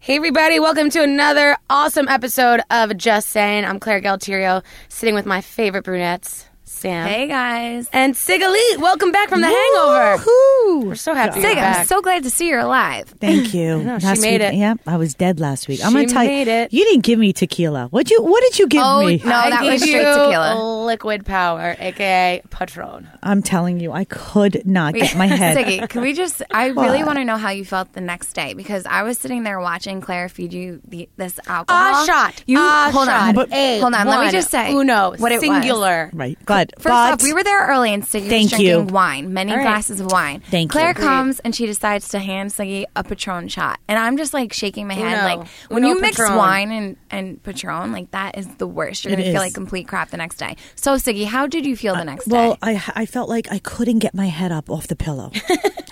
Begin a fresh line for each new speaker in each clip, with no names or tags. Hey, everybody, welcome to another awesome episode of Just Saying. I'm Claire Galterio, sitting with my favorite brunettes, Sam.
Hey guys.
And Sigalit, welcome back from the hangover. We're
Woohoo!
so happy
Sig,
you're
I'm
back.
so glad to see you're alive.
Thank you.
she
Last
made
week-
it.
Yep, I was dead last week. I'm
She
gonna tell
made
you,
it.
you didn't give me tequila. What you? What did you give
Oh,
me?
no.
I
that
gave
was straight
you
tequila.
Liquid power, aka Patron.
I'm telling you, I could not get my head.
Siggy, can we just? I really
What?
want to know how you felt the next day because I was sitting there watching Claire feed you the, this alcohol.
Ah, shot.
You
Ah,
hold
shot.
on.
But-
A,
hold on. let me
one,
just say
uno,
what it was.
singular.
Right, but
First
but
off, we were there early and Siggy was
Thank
drinking
you.
wine, many
right.
glasses of wine.
Thank you.
Claire
Agreed.
comes and she decides to hand Siggy a Patron shot. And I'm just like shaking my head.
Uno.
Like, when
Uno
you mix
Patron.
wine and, and Patron, like, that is the worst. You're
It
going to feel
is. Uh,
like complete crap the next day. So, Siggy, how did you feel the next
well,
day?
I I felt like I couldn't get my head up off the pillow.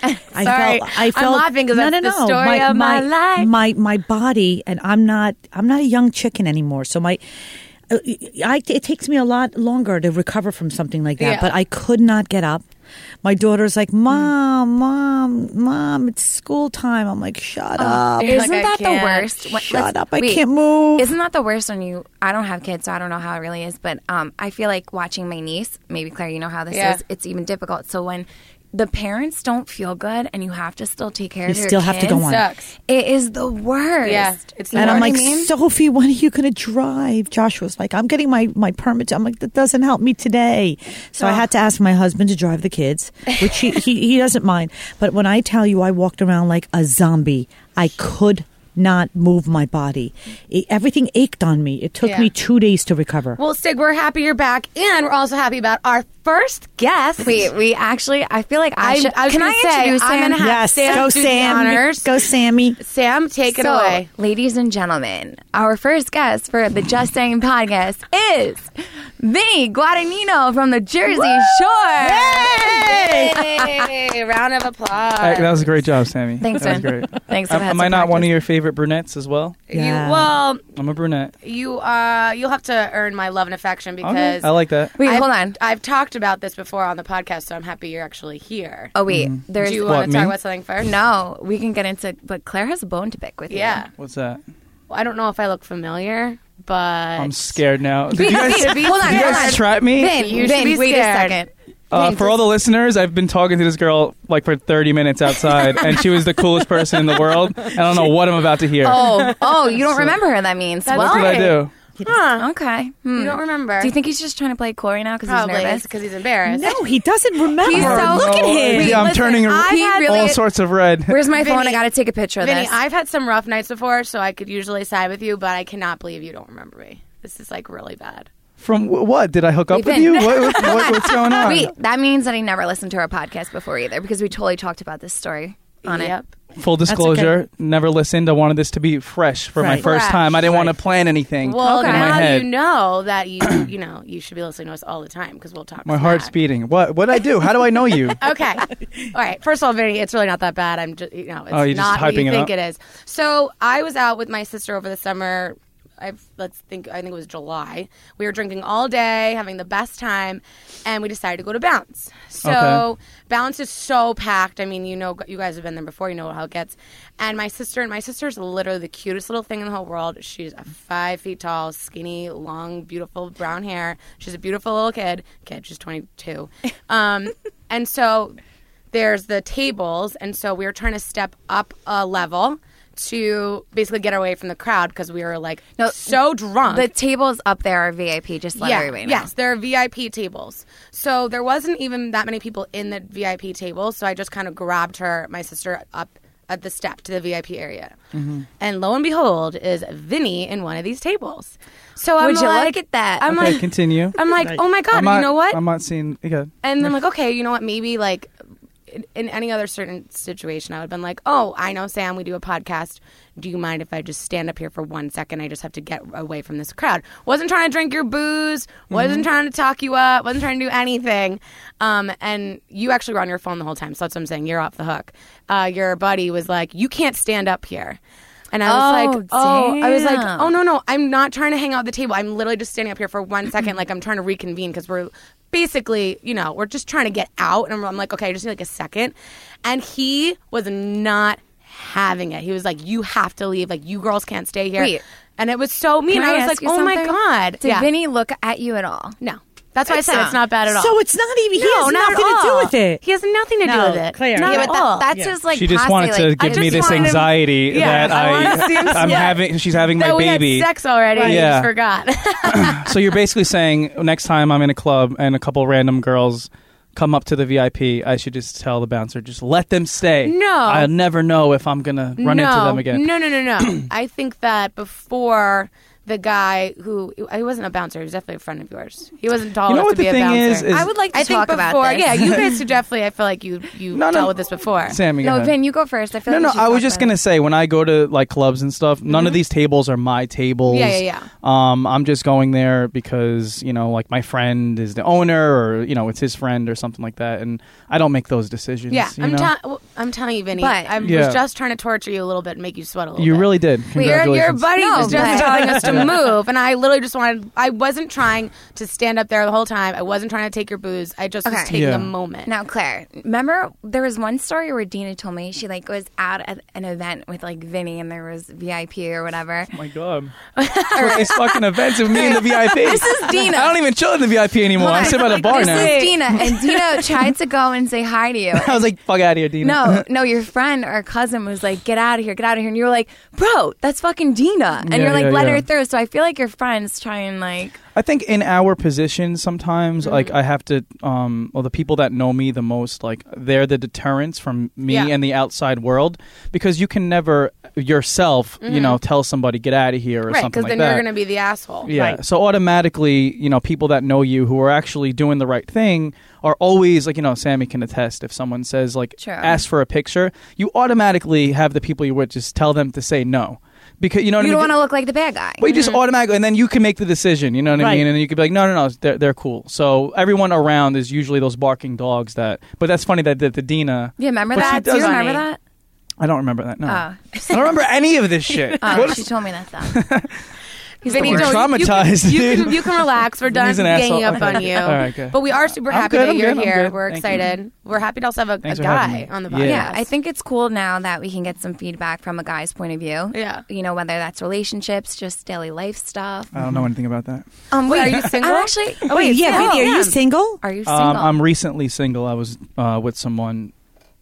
I
Sorry.
felt
I'm
I felt
laughing 'cause
no,
that's
no,
the
no.
story
my,
of my life.
My my body, and I'm not I'm not a young chicken anymore. So my. uh, I, it takes me a lot longer to recover from something like that,
Yeah.
but I could not get up. My daughter's like, "Mom, mom, mom, it's school time." I'm like, "Shut
Uh,
up,
You're like,
Isn't
I
that the
can't.
worst? When-
shut
let's-
up! I
wait.
can't move."
Isn't that the worst when you? I don't have kids, so I don't know how it really is. But um, I feel like watching my niece. Maybe Claire, you know how this
Yeah.
is. It's even difficult. So when the parents don't feel good, and you have to still take care
You
of your
still have to go
kids,
on.
Sucks.
It is the worst.
Yeah, it's the
You
And
know
I'm
what
like,
I mean?
Sophie, when are you going to drive? Joshua's like, I'm getting my, my permit. I'm like, that doesn't help me today. So I had to ask my husband to drive the kids, which he, he, he doesn't mind. But when I tell you I walked around like a zombie, I could not move my body. It, everything ached on me. It took
Yeah.
me two days to recover.
Well, Sig, we're happy you're back, and we're also happy about our first guest.
Wait, we actually. I feel like I,
I-
should.
I was
can
gonna
I
say,
introduce
I'm
him?
gonna have
yes,
Sam
go
do the
Sam.
honors.
Go Sammy.
Sam, take it
so,
away.
ladies and gentlemen, our first guest for the Just Saying podcast is Vinny Guadagnino from the Jersey Shore.
Hey! Round of applause.
Hey, that was a great job, Sammy.
Thanks,
that was
man.
great.
Thanks.
Am,
I've had
am
some
I not one of
practice.
your favorite brunettes as well?
Yeah.
You, well,
I'm a brunette.
you uh, you'll have to earn my love and affection
Okay,
because
I like that.
Wait,
I've-
hold on.
I've talked about this before on the podcast, so I'm happy you're actually here.
Oh wait,
Mm.
there's
Do you
What,
want to talk
me?
about something first?
no. We can get into, but Claire has a bone to pick with you.
Yeah.
What's that?
Well, I don't know if I look familiar, but
I'm scared now. Did you guys,
Vin,
did you
hold on, hold on.
guys trap me?
Vin,
You should
Vin,
be
wait a
scared.
second.
Uh, for all the listeners, I've been talking to this girl like for 30 minutes outside, and she was the coolest person in the world. I don't know what I'm about to hear.
Oh, oh, you don't remember her? That means
That's
what
well,
did I do?
Huh.
okay. Hmm.
You don't remember?
Do you think he's just trying to play coy right now because he's
probably
nervous?
because he's embarrassed?
No, he doesn't remember.
He's so-
Look at
Oh,
him.
yeah, I'm
listen,
turning
I've had
all
really-
sorts of red.
Where's my phone?
Vinny-
I got to take a picture of
Vinny,
this.
I've had some rough nights before, so I could usually side with you, but I cannot believe you don't remember me. This is like really bad.
From wh- what? Did I hook up
Wait,
with
Vin.
you? What, what, what- what's going on?
Wait, that means that I never listened to our podcast before either because we totally talked about this story on it.
yep.
Full disclosure, never listened. I wanted this to be fresh for my
Right.
first
Fresh.
time. I didn't want
Right.
to plan anything
Well,
Okay.
in my
now
head.
you know that you you know you should be listening to us all the time because we'll talk.
My heart's
smack.
beating. What? What I do? How do I know you?
Okay. All right. First of all, Vinny, it's really not that bad. I'm just you know it's
Oh, you're just
not what
hyping
you
it
think
up?
it is. So I was out with my sister over the summer. I let's think. I think it was July. We were drinking all day, having the best time, and we decided to go to Bounce. So
Okay.
Bounce is so packed. I mean, you know, you guys have been there before. You know how it gets. And my sister and my sister's literally the cutest little thing in the whole world. She's a five feet tall, skinny, long, beautiful brown hair. She's a beautiful little kid. Kid, she's twenty two. Um, and so there's the tables, and so we were trying to step up a level to basically get away from the crowd because we were like
No,
so drunk.
The tables up there are VIP. Just let everybody know.
Yes, there are VIP tables. So there wasn't even that many people in the VIP table. So I just kind of grabbed her, my sister, up at the step to the VIP area.
Mm-hmm.
And lo and behold, is Vinny in one of these tables. So I'm
Would you
like,
look at that?
I'm
Okay,
like,
continue.
I'm like, oh my god,
I'm not,
you know what?
I'm not seeing. Okay.
And then I'm like, okay, you know what? Maybe like in, in any other certain situation, I would have been like, oh, I know Sam, we do a podcast. Do you mind if I just stand up here for one second? I just have to get away from this crowd. Wasn't trying to drink your booze. Wasn't trying to talk you up. Wasn't trying to do anything. Um, and you actually were on your phone the whole time, so that's what I'm saying. You're off the hook. Uh, your buddy was like, you can't stand up here. And I was
Oh,
like, oh, I was like,
damn.
oh no, no, I'm not trying to hang out at the table. I'm literally just standing up here for one second, like I'm trying to reconvene because we're basically, you know, we're just trying to get out. And I'm, I'm like, okay, I just need like a second. And he was not having it. He was like, "You have to leave. Like you girls can't stay here."
Wait.
And it was so mean.
Can
I, was
ask
like,
you
"Oh my
something?
god!"
Did
yeah.
Vinny look at you at all?
no, that's why I
It's
said
not.
it's not bad at all.
So it's not even. He
no,
has
not
nothing
at
to do
all.
with it.
He has nothing to do
No,
with it.
Claire.
Not
Yeah,
at
but
all.
that's
Yeah.
his like.
she just
posse,
wanted to
like, I
give me
just
this
want him-
anxiety
Yeah,
that
I wanted to
I,
see him
I'm
sweat.
having. She's having
that
my
we
baby.
had sex already. and you
Yeah.
just forgot.
So you're basically saying next time I'm in a club and a couple random girls come up to the VIP, I should just tell the bouncer, just let them stay.
No.
I'll never know if I'm gonna run
no,
into them again.
No, no, no, no. I think that before the guy who he wasn't a bouncer, he was definitely a friend of yours. He wasn't tall
You know
enough
what
to
the
be
thing
a bouncer.
is- is-
I would like to
I think
talk
before,
about this.
yeah, you guys who definitely, I feel like you you
No, no.
dealt with this before.
Sammy, go
No,
ahead.
Vin, you go first. I feel
No,
like
no.
we should
I was
talk
just
about
gonna say when I go to like clubs and stuff, none of these tables are my tables.
Yeah, yeah,
yeah. Um, I'm just going there because you know, like my friend is the owner, or you know, it's his friend or something like that, and I don't make those decisions.
Yeah,
you
I'm,
know?
tell- well, I'm telling you, Vinny.
But-
I
Yeah.
was just trying to torture you a little bit and make you sweat a little
You
bit.
really did.
Your,
Congratulations.
your buddy
No,
was just
but-
telling us to move, and I literally just wanted. I wasn't trying to stand up there the whole time. I wasn't trying to take your booze. I just was
Okay.
taking
Yeah.
a moment.
Now, Claire, remember there was one story where Dina told me she like was out at an event with like Vinny and there was VIP or whatever.
Oh my god! At these fucking events with me in the VIP. This
is Dina.
I don't even chill in the VIP anymore.
Hold on.
I sit by the bar
this
now.
is Dina, and Dina tried to go and say hi to you.
I was like, "Fuck out of here, Dina."
No, no, your friend or cousin was like, "Get out of here, get out of here," and you were like, "Bro, that's fucking Dina," and
Yeah,
you're like,
yeah,
"Let
yeah.
her through." So I feel like your friends try and like,
I think in our position, sometimes like
Mm-hmm.
I have to, um, well, the people that know me the most, like they're the deterrents from me
Yeah.
and the outside world because you can never yourself, you know, tell somebody get out of here or
Mm-hmm. right?
something
Because
like
then
that.
you're going to be the asshole.
Yeah.
Right.
So automatically, you know, people that know you who are actually doing the right thing are always like, you know, Sammy can attest if someone says like
True.
ask for a picture, you automatically have the people you would just tell them to say no. Because you know what
you
I
don't
mean?
want to look like the bad guy.
but you just automatically, and then you can make the decision. You know what I
Right.
mean? And you could be like, no, no, no, they're, they're cool. So everyone around is usually those barking dogs that. But that's funny that, that the Dina.
you remember
But she
that? Do you
doesn't-
remember that?
I don't remember that. No,
Oh.
I don't remember any of this shit.
Oh,
What is-
she told me that though. He's the
Vinny,
We're
worst.
don't-
traumatized,
You, can- you,
dude.
can, you can relax. We're done
He's an
ganging
asshole.
up on you.
All right, good.
But we are super
I'm
happy
good,
that
I'm
you're
good, I'm
here.
good.
We're
Thank you.
excited. We're happy to also have a, a
Thanks for having
guy
me.
on the podcast.
Yeah.
Yeah, I think it's cool now that we can get some feedback from a guy's point of view.
Yeah.
You know, whether that's relationships, just daily life stuff.
I don't know anything about that.
Um, wait,
are you single?
I'm actually,
Oh, wait, yeah,
single.
Vinny, are
Yeah.
you single?
are you single?
Um, I'm recently single. I was uh, with someone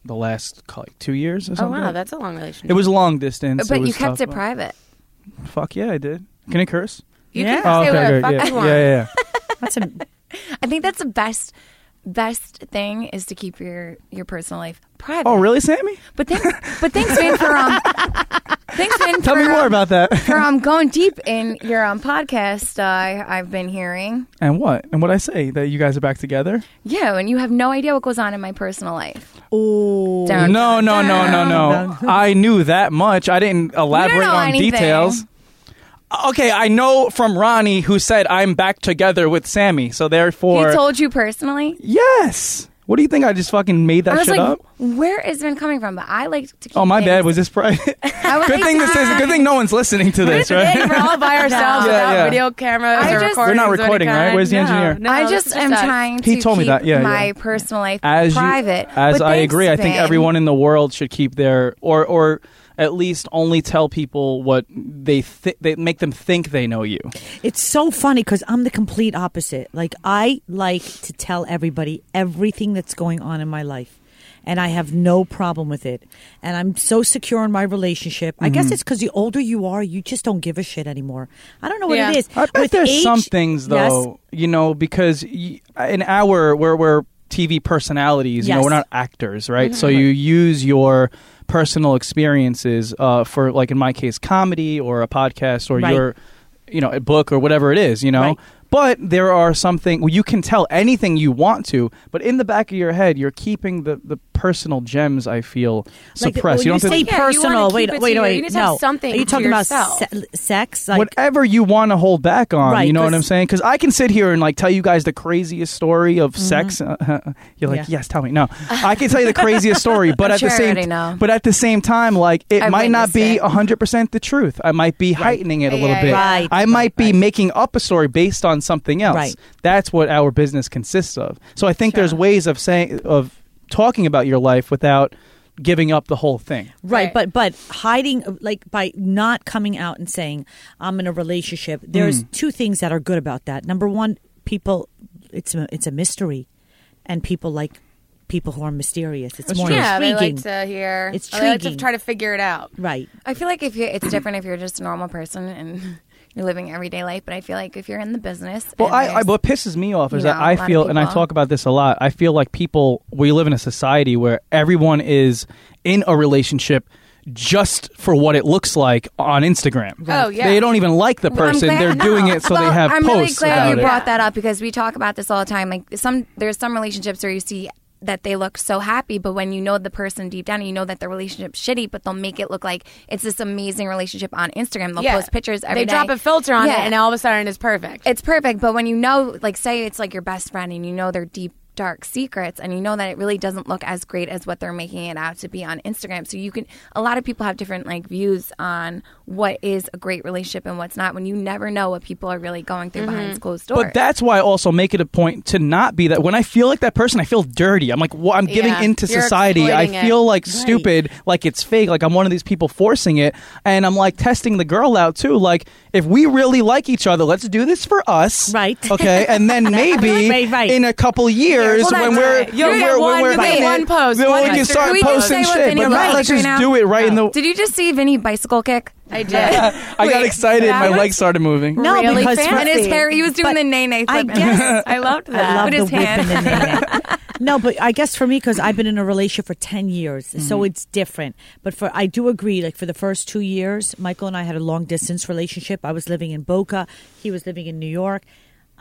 the last like two years or
Oh
something.
wow, that's a long relationship.
it was long distance.
but
was
you kept
tough,
it private.
but- Fuck yeah, I did. Can I curse?
You
Yeah.
can say whatever
good,
the fuck
yeah.
you want.
yeah, yeah, yeah.
That's a,
I think that's the best best thing is to keep your your personal life private.
Oh, really, Sammy?
But thanks, but thanks, Vin, for um, thanks, Vin,
Tell
for,
me more
um,
about that.
for um going deep in your um podcast. Uh, I- I've been hearing.
and what? And what I say that you guys are back together?
Yeah, and you have no idea what goes on in my personal life.
oh,
Dun,
no,
dun,
no, no, no,
dun.
no. I knew that much. I didn't elaborate
know
on
anything.
details. Okay, I know from Ronnie who said I'm back together with Sammy. So therefore,
he told you personally.
yes. What do you think? I just fucking made that
I was
shit
like,
up.
where is Vin coming from? But I like to. Keep
Oh, my
things-
bad. Was this private?
I was
good
like,
thing this is. Good thing no one's listening to this, right?
We're all by ourselves
Yeah,
without
yeah.
video cameras or
I just-
recordings
We're
not
of any
recording, right?
kind.
Where's the
No,
engineer?
no,
I
this
just
is
am
us.
trying
He
to
told me
keep
that. Yeah,
my
yeah.
personal life
As you-
private.
as
But
I
thanks,
agree, I think
Vin.
everyone in the world should keep their or or at least only tell people what they th- they make them think they know you.
It's so funny because I'm the complete opposite. Like I like to tell everybody everything that's going on in my life. And I have no problem with it. And I'm so secure in my relationship. I
Mm.
guess it's because the older you are, you just don't give a shit anymore. I don't know what
Yeah.
it is.
I bet
With
there's
age-
some things though, you know, because y- in our we're we're TV personalities, you know,
Yes. Mm-hmm.
we're not actors, right? So you use your personal experiences uh, for, like in my case, comedy or a podcast or
Right.
your, you know, a book or whatever it is, you know.
Right.
But there are something well, you can tell anything you want to, but in the back of your head, you're keeping the, the personal gems. I feel
Like,
suppressed.
well, you,
don't have to-
say
Yeah, you wanna
personal.
keep
wait,
it to
wait,
you.
wait.
You need to
no.
have something
Are you
to
talking about
yourself.
se- sex? Like,
whatever you want to hold back on.
Right,
you know what
'cause-
I'm saying? Because I can sit here and like tell you guys the craziest story of sex. uh, You're like,
Yeah.
yes, tell me. No, I can tell you the craziest story,
I'm
but at
sure
the
I
same,
already know.
but at the same time, like it
I've
might not
witnessed
be
it.
100 percent the truth. I might be heightening it a
Yeah,
little
yeah,
bit.
yeah.
Right,
I
right,
might be
right.
making up a story based on something else.
Right.
That's what our business consists of. So I think there's ways of saying of talking about your life without giving up the whole thing.
Right.
Right, but but hiding like by not coming out and saying I'm in a relationship. There's two things that are good about that. Number one, people it's a, it's a mystery, and people like people who are mysterious. It's more
yeah, they
intriguing,
like to hear.
It's
or they like to
intriguing.
try to figure it out.
right?
I feel like if you, it's different if you're just a normal person and you're living everyday life, but I feel like if you're in the business,
Well,
and
I, I
there's-
what pisses me off is
you
that
know, a lot
I
of
feel, and I
people.
talk about this a lot. I feel like people we live in a society where everyone is in a relationship just for what it looks like on Instagram.
Right. Oh, yeah.
they don't even like the
Well, I'm
person.
glad-
They're doing
no.
it so
Well,
they have
I'm really
posts
glad
about
you
it.
brought that up because we talk about this all the time. Like some, there's some relationships where you see that they look so happy, but when you know the person deep down, you know that the relationship's shitty, but they'll make it look like it's this amazing relationship on Instagram. They'll
yeah.
post pictures every
They
day.
drop a filter on
Yeah.
it, and all of a sudden it's perfect.
It's perfect, but when you know, like, say it's like your best friend and you know their deep, dark secrets, and you know that it really doesn't look as great as what they're making it out to be on Instagram. So you can, a lot of people have different, like, views on what is a great relationship and what's not when you never know what people are really going through
Mm-hmm.
behind closed doors.
But that's why I also make it a point to not be that. When I feel like that person, I feel dirty. I'm like, well, I'm giving
Yeah.
into
You're
society. I
exploiting it.
feel like stupid, like it's fake, like I'm one of these people forcing it. And I'm like testing the girl out too. Like, if we really like each other, let's do this for us.
Right.
Okay. And then maybe
Right, right.
in a couple years
Well,
when
that's
we're,
right. You
when
get
we're,
one-
when we're
you get
dating,
one post,
then
one
we can
Instagram post.
start
Can we just
say
posting
what's
shit.
in
But
your
not,
bag
let's
right
just
now?
do it right in
Oh.
the.
Did you just see Vinny bicycle kick?
I did.
I got
Wait,
excited.
that
My
was
legs started moving.
No,
Really
because
fancy.
And his hair, he was doing
But
the nay nay flip.
I guess
I loved that.
I love
With
the
his
whip
hand.
and the name. no, but I guess for me, because I've been in a relationship for ten years,
Mm-hmm.
so it's different. But for I do agree, like for the first two years, Michael and I had a long distance relationship. I was living in Boca, he was living in New York.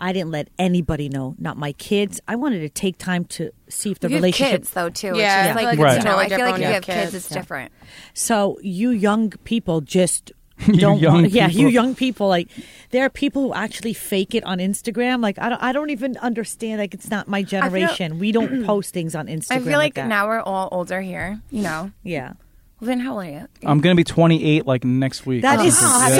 I didn't let anybody know, not my kids. I wanted to take time to see if the
you have
relationship.
kids, though, too.
Yeah,
Yeah.
I feel
Like,
like
it's
you know,
totally
I feel
different
like
when
if you
you
have
have
kids,
kids,
it's
yeah.
different.
So you young people just don't
young
want- yeah you
people.
young people like there are people who actually fake it on Instagram like I don't I don't even understand like it's not my generation we don't post things on Instagram
I feel like
that.
now Oh, we're all older here, you know.
yeah
Well, then how old are you?
I'm going to be 28 like next week.
that
or
is
something.
Oh, happy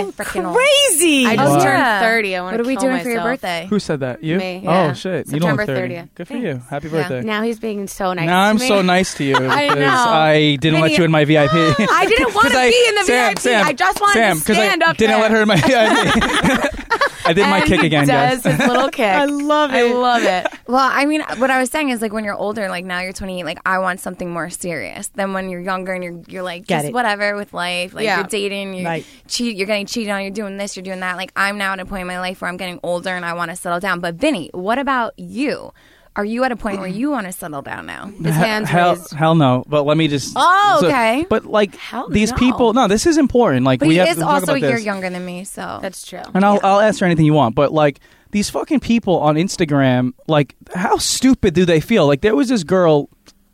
Yeah.
so
birthday. Freaking old.
crazy
I just
Wow.
turned 30. I wanna
Oh, What are we
kill
doing for your
myself.
birthday?
Who said that? You?
Me.
Oh
Yeah.
shit! you don't
September
look 30.
30th.
Good for you. Happy
Yeah.
birthday.
Now he's being so nice.
Now
to
I'm
me.
so nice to you because I,
know.
didn't let you in my VIP.
I didn't want to
'Cause I-
be in the
Sam,
VIP.
Sam,
I just wanted
Sam,
to
'cause
stand
I
up
Didn't
there.
let her in my VIP. I did my
And
kick
he
again,
does
guys.
his little kick. I
love
I
it.
love it.
Well, I mean, what I was saying is like when you're older, like now you're 28, like I want something more serious than when you're younger and you're you're like
Get
just
it.
whatever with life. Like
Yeah.
you're dating, you're
Right.
cheat, you're getting cheated on, you're doing this, you're doing that. Like I'm now at a point in my life where I'm getting older and I want to settle down. But Vinny, what about you? Are you at a point where you want to settle down now?
His hands
Hell,
raised.
hell no! But let me just.
Oh, okay.
but like
Hell
these
no.
people, no, this is important. Like
But
we
he
have
is
to talk
also a
about
year
this.
younger than me, so
That's true.
And I'll, I'll answer anything you want, but like these fucking people on Instagram, like how stupid do they feel? Like there was this girl,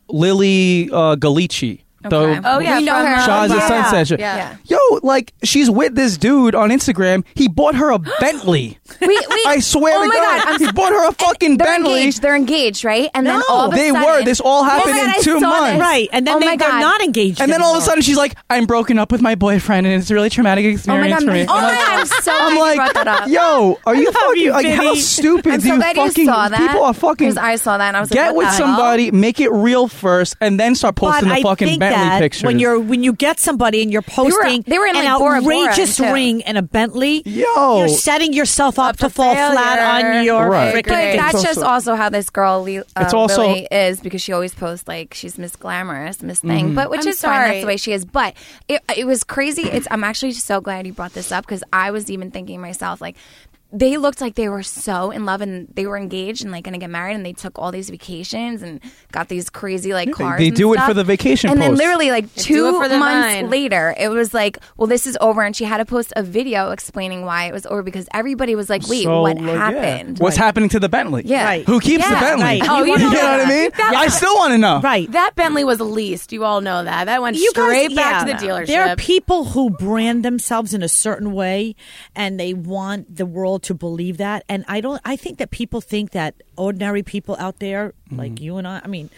Lily uh, Galici.
Okay.
Oh, yeah,
we know
from,
her.
uh,
Shaw's
Yeah.
a sunset. Sh-
Yeah.
Yeah.
Yo, like she's with this dude on Instagram. He bought her a Bentley.
Wait, wait.
I swear
oh
to
my
God,
I'm
he
so-
bought her a fucking
they're
Bentley.
Engaged. They're engaged, right? And then
No,
all of a
they
sudden,
were. This all
Oh my
happened
God,
in
I
two
saw
months.
this.
right and then
oh
they,
my
they're
God.
not engaged
And then all of a
anymore.
sudden she's like, "I'm broken up with my boyfriend, and it's a really traumatic
Oh my
experience
god!
for me."
Oh my god! I'm so glad
I'm
you
like,
brought that up.
yo, are you
love
fucking
you,
like how
Vinny.
stupid
I'm
do
so
you
glad you
fucking
saw that.
people are fucking?
'Cause I saw that and I was like,
get
what
with
the hell?
somebody, make it real first, and then start
but
posting
I
the fucking
think
Bentley
that
pictures.
when you're when you get somebody and you're
were-
posting
they were in,
an
like, Bora Bora,
outrageous
too.
ring and a Bentley,
Yo.
you're setting yourself up,
Up
to
for
fall flat
failure.
on your
Right.
freaking.
But
Great.
that's
It's
just
also-
also how this girl Li- uh,
It's also-
Lily is because she always posts like she's Miss Glamorous, Miss Thing,
Mm-hmm.
but which
I'm
is fine. That's
sorry.
the way she is. But it, it was crazy. It's I'm actually so glad you brought this up because I was even thinking myself like. They looked like they were so in love and they were engaged and like going to get married and they took all these vacations and got these crazy like
they-
cars.
they
and
do it
stuff.
for the vacation
And then
posts.
literally like
They do it
two
for
months
the vine.
later later, it was like, well, this is over. And she had to post a video explaining why it was over because everybody was like, wait,
So,
what
like, yeah.
happened?
What's happening to the Bentley?
Yeah. Right.
Who keeps
Yeah.
the Bentley?
Right.
Oh,
you
you
know
know
what I
that.
mean? I still want to know.
Right.
That Bentley was leased. You all know that. That went
You guys-
straight back
yeah.
to the dealership.
There are people who brand themselves in a certain way, and they want the world to believe that. And I don't. I think that people
Mm-hmm.
think that ordinary people out there, like you and I, I mean,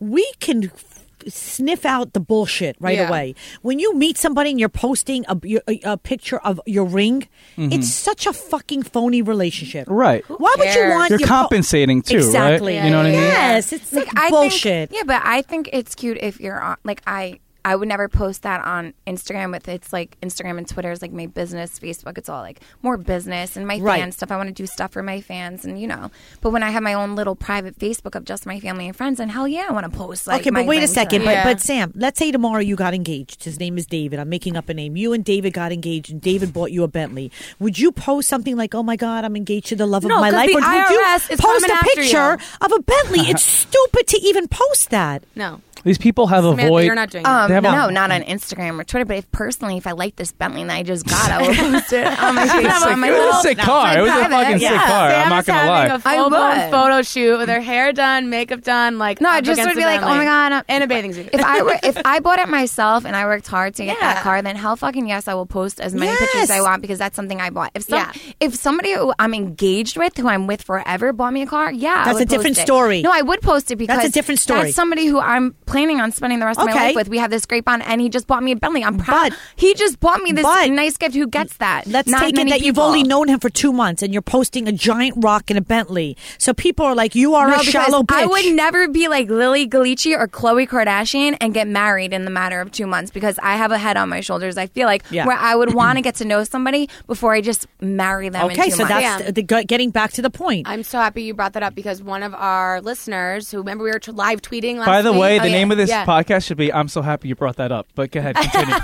we can f- sniff out the bullshit right
Yeah.
away. When you meet somebody and you're posting a, your- a, a picture of your ring, it's such a fucking phony relationship.
Mm-hmm. Right.
Why would you
cares?
want
You're
your po-
compensating too,
Exactly.
right? You know what I mean?
Yes, it's like,
I
bullshit.
Think, yeah, but I think it's cute if you're on. Like I, I would never post that on Instagram. With it's like Instagram and Twitter is like my business. Facebook, it's all like more business and my
Right.
fan stuff. I want to do stuff for my fans, and you know. But when I have my own little private Facebook of just my family and friends, and hell yeah, I want to post. Like,
okay,
my
but wait a
friends
second.
and-
Yeah.
But but Sam, let's say tomorrow you got engaged. His name is David. I'm making up a name. You and David got engaged, and David bought you a Bentley. Would you post something like, "Oh my God, I'm engaged to the love
No,
of my
'cause
life"?
the
or would
IRS
you
is
post
coming
a
after
picture
you.
of a Bentley? It's stupid to even post that.
No,
These people have a
Samantha,
void.
you're not doing that.
Um,
They have a-
no, not on Instagram or Twitter. But if personally, if I like this Bentley that I just got, I will post it on my Facebook. on my
it was
little-
a sick car. It was a
private,
fucking sick
yeah.
car. I'm
Sam
not
is
gonna
having
lie.
A full-blown
would.
photo shoot with her hair done, makeup done, like
No, I
up
just
against
would be
the
like, oh
Bentley.
my god, I'm-
in a bathing suit.
If I were, if I bought it myself and I worked hard to get
Yeah.
that car, then hell fucking yes, I will post as many pictures as
Yes.
I want because that's something I bought. If some,
Yeah.
if somebody who I'm engaged with, who I'm with forever, bought me a car, yeah, I
That's a
would post
different
it.
story.
No, I would post it because
a different story.
That's somebody who I'm planning on spending the rest of my
Okay.
life with. We have this great bond, and he just bought me a Bentley. I'm proud.
But-
he just bought me this
but-
nice gift. Who gets that?
Let's
Not
take it
many
that you've
people.
only known him for two months, and you're posting a giant rock in a Bentley. So people are like, "You are
No,
a
because
shallow bitch."
I would never be like Lily Galici or Khloe Kardashian and get married in the matter of two months because I have a head on my shoulders. I feel like
Yeah.
where I would want to get to know somebody before I just marry them. in
okay,
two
so
months.
that's the, getting back to the point.
I'm so happy you brought that up because one of our listeners, who remember we were t- live tweeting last
By the
week-
way,
Oh,
the
yeah.
name of this
Yeah.
podcast should be "I'm so happy you brought that up." But go ahead, continue.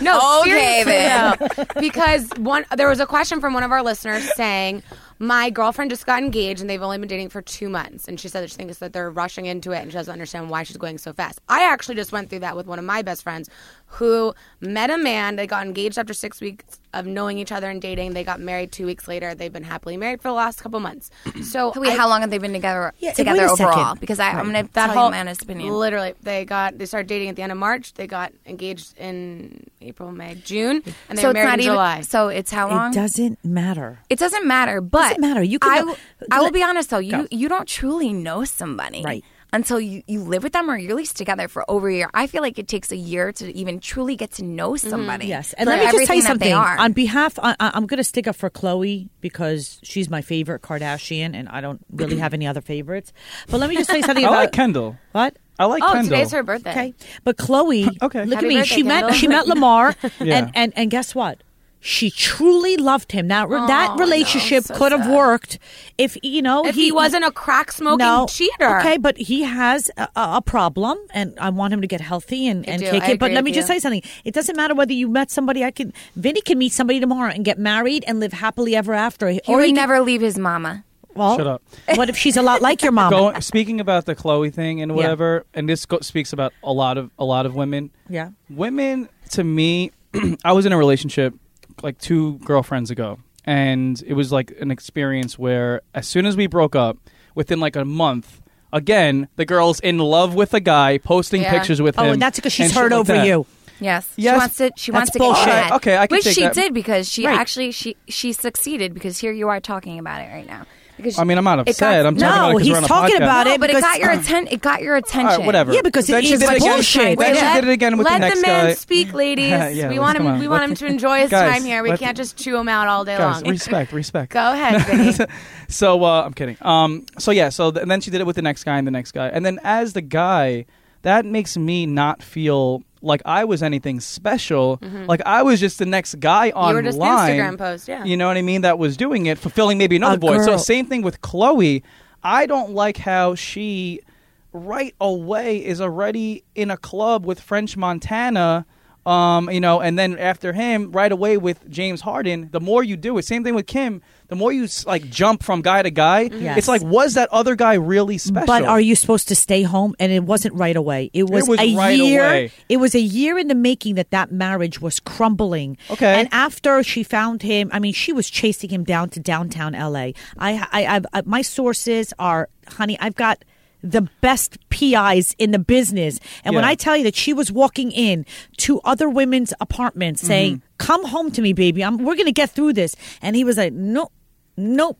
No,
Okay,
seriously,
then.
though. because one there was a question from one of our listeners saying, "My girlfriend just got engaged and they've only been dating for two months," and she said that she thinks that they're rushing into it and she doesn't understand why she's going so fast. I actually just went through that with one of my best friends who met a man. They got engaged after six weeks of knowing each other and dating. They got married two weeks later. They've been happily married for the last couple months. So
Wait,
I-
how long have they been together
Yeah,
together
wait a second.
overall? Because I, I'm going to
that
tell
whole
you my honest opinion.
Literally, they got they started dating at the end of March. They got engaged in April, May, June, and they
so
were
it's
married
not
in
even.
July.
So it's how long?
it doesn't matter.
It doesn't matter, but
Doesn't matter. You can-
I, w- I will
let-
be honest though. You you don't truly know somebody
Right.
until you, you live with them or you're at least together for over a year. I feel like it takes a year to even truly get to know somebody.
Mm-hmm. Yes, and
for
let me just tell
everything
you
that
something.
They are.
On behalf, I, I- I'm going to stick up for Chloe because she's my favorite Kardashian, and I don't really have any other favorites. But let me just say something
Oh, I
about
like Kendall.
What?
I like
oh,
Kendall.
today's her birthday.
Okay, but Chloe.
Okay.
Happy
look at me.
birthday,
she met
Kendall.
she met Lamar,
Yeah.
and, and and guess what? She truly loved him. Now that relationship could have worked if you know
If he, wasn't a crack smoking
no
cheater.
Okay, but he has a, a a problem, and I want him to get healthy and, and
do.
kick
I
it. But
agree with
let me just
you.
say something. It doesn't matter whether you met somebody. I can Vinny can meet somebody tomorrow and get married and live happily ever after.
he would
can-
never leave his mama.
Well,
Shut up.
What if she's a lot like your mom?
Go, speaking about the Chloe thing and whatever, and this go, speaks about a lot of a lot of women.
Yeah.
women to me. I was in a relationship like two girlfriends ago, and it was like an experience where as soon as we broke up, within like a month. Again, the girl's in love with a guy, posting
Yeah.
pictures with
oh,
him.
and that's because she's
and shit
hurt
like
over
that.
you.
Yes.
Yes,
She wants to she wants to
bullshit.
get mad.
Okay, I can
Which
take
she
that.
did because she
Right.
actually she she succeeded because here you are talking about it right now. Because
I mean, I'm not
it got-
upset. I'm talking about it
No,
'cause we're
he's
on a
talking
podcast.
about
no,
it
but it
because-
got your atten- it got your attention.
All right, whatever.
Yeah, because
then
it
she
is
did it again.
bullshit.
Then
Wait,
she
let-
did it again with
let
the next
man
guy.
speak, ladies.
Yeah,
we
let's-
want
come
him.
on,
We want him
let's-
to enjoy his
Guys,
time here. We
let's-
can't just chew him out all day
Guys,
long.
respect, respect.
Go ahead, Vinny.
so uh, I'm kidding. Um, so yeah, so th- and then she did it with the next guy and the next guy, and then as the guy, that makes me not feel like I was anything special. Like I was just the next guy
Mm-hmm. were
online.
just an Instagram post, yeah.
You know what I mean? That was doing it, fulfilling maybe another
A
boy. So
girl-
same thing with Chloe. I don't like how she right away is already in a club with French Montana. Um, you know, and then after him, right away with James Harden. The more you do it, same thing with Kim. The more you s- like jump from guy to guy,
Mhm. Yes.
it's like was that other guy really special?
But are you supposed to stay home? And it wasn't right away. It was,
was
a
right
year.
away.
It was a year in the making that that marriage was crumbling.
Okay.
And after she found him, I mean, she was chasing him down to downtown L.A. I, I, I've, I my sources are, honey, I've got. The best PIs in the business. And when
Yeah.
I tell you that she was walking in to other women's apartments
Mm-hmm.
saying, Come home to me, baby. I'm, we're going to get through this. And he was like, Nope, nope.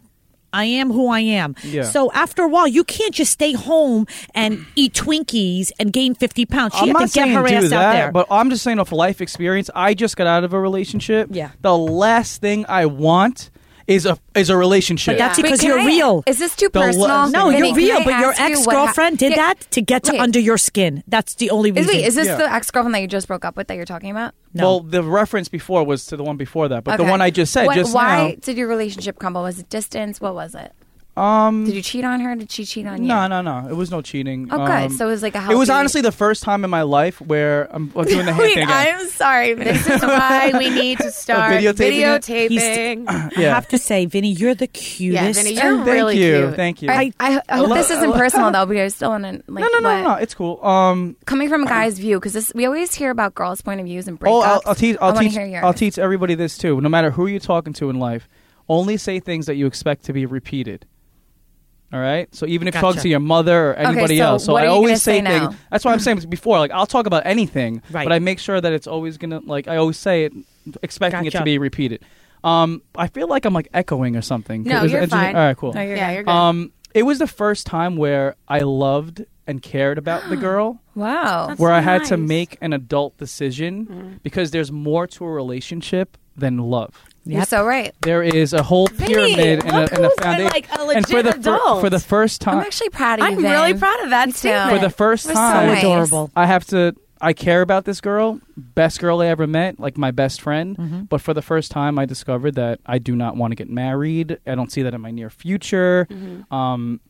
I am who I am.
Yeah.
So after a while, you can't just stay home and eat Twinkies and gain 50 pounds. She
I'm
had
not
to get
saying
her
do
ass
that,
out there.
but I'm just saying of life experience. I just got out of a relationship.
Yeah.
The last thing I want is a is a relationship.
But that's
Wait,
because
can
you're
I-
real.
Is this too
The lo-
personal?
no,
Vinny,
you're
can
real,
I
but your
ask you
ex
what hap-
girlfriend did
Yeah.
that to get to
Wait.
under your skin. That's the only
Is,
reason.
wait, is this
Yeah.
the ex girlfriend that you just broke up with that you're talking about?
No.
Well, the reference before was to the one before that, but the
Okay.
one I just said
What-
just
why
now.
did your relationship crumble? Was it distance? What was it?
Um,
Did you cheat on her? Did she cheat on you?
No, no, no. It was no cheating. Um,
Oh, good. So it was like a
It was
healthy-
honestly the first time in my life where I'm, I'm doing the hand thing. again.
I'm sorry, but
This is why we need to start
videotaping
videotaping.
I
Yeah.
have to say, Vinny, you're the
yeah,
cutest.
Vinny, you're
Thank
really
you.
cute.
Thank you.
I, I, I hope
Lo-
this isn't personal though, because I still want to like
no, no, no,
what-
no, no. It's cool. Um,
coming from a guy's view because this we always hear about girls' point of views and breakups.
oh, I'll, I'll teach. I'll
I wanna
teach.
Hear yours.
I'll teach everybody this too. No matter who you're talking to in life, only say things that you expect to be repeated. All right. So even if you're talking
Gotcha.
to your mother or anybody
so
else, so
what are
I
you gonna
always
say
things.
now?
That's why I'm saying before. Like I'll talk about anything,
Right.
but I make sure that it's always gonna like I always say it, expecting it to
Gotcha.
be repeated. Um, I feel like I'm like echoing or something.
No,
Is it
you're
engineer-
fine.
All right, cool.
No, you're
Yeah,
good.
you're good.
Um, it was the first time where I loved and cared about the girl,
wow.
where I had to make an adult decision
Mm.
because there's more to a relationship than love.
You're so right.
There is a whole pyramid and a, and a foundation.
like a
and for
legit
the fir-
adult.
for the first
I'm
time,
actually proud of you.
I'm really
Vin.
proud of that
Me too.
statement.
for the first
We're so
time,
nice.
adorable.
I have to. I care about this girl, best girl I ever met, like my best friend. But for the first time, I discovered that I do not want to get married. I don't see that in my near future.
Mm-hmm.
Um,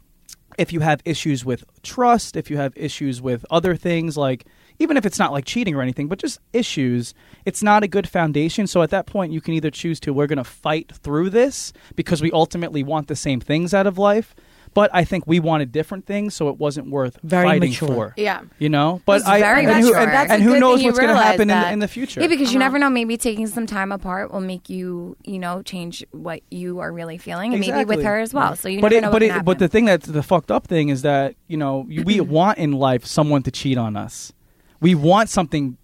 if you have issues with trust, if you have issues with other things, like even if it's not like cheating or anything, but just issues, it's not a good foundation. So at that point, you can either choose to, we're going to fight through this because we ultimately want the same things out of life. But I think we wanted different things, so it wasn't worth
Very
fighting
mature.
for.
Yeah.
You know? But
It's
I
very
and who,
mature.
and,
That's a
and who
good
knows
thing you
what's going to
realize
happen in,
that.
in the future.
Yeah, because you
Uh-huh.
never know. Maybe taking some time apart will make you, you know, change what you are really feeling, and maybe with
Exactly.
her as well. So you
but
never
it,
know.
but
what can
but the
happen.
thing that's the fucked up thing is that you know you- we want in life someone to cheat on us. We want something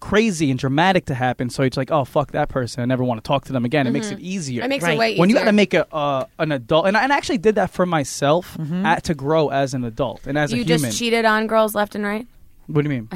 crazy and dramatic to happen. So it's like, oh fuck that person. I never want to talk to them again. It makes it
Mm-hmm.
easier.
It makes
Right.
it way easier.
when you got to make a uh, an adult, and I, and I actually did that for myself at, to grow as an adult and as
you
a human.
just cheated on girls left and right.
What do you mean?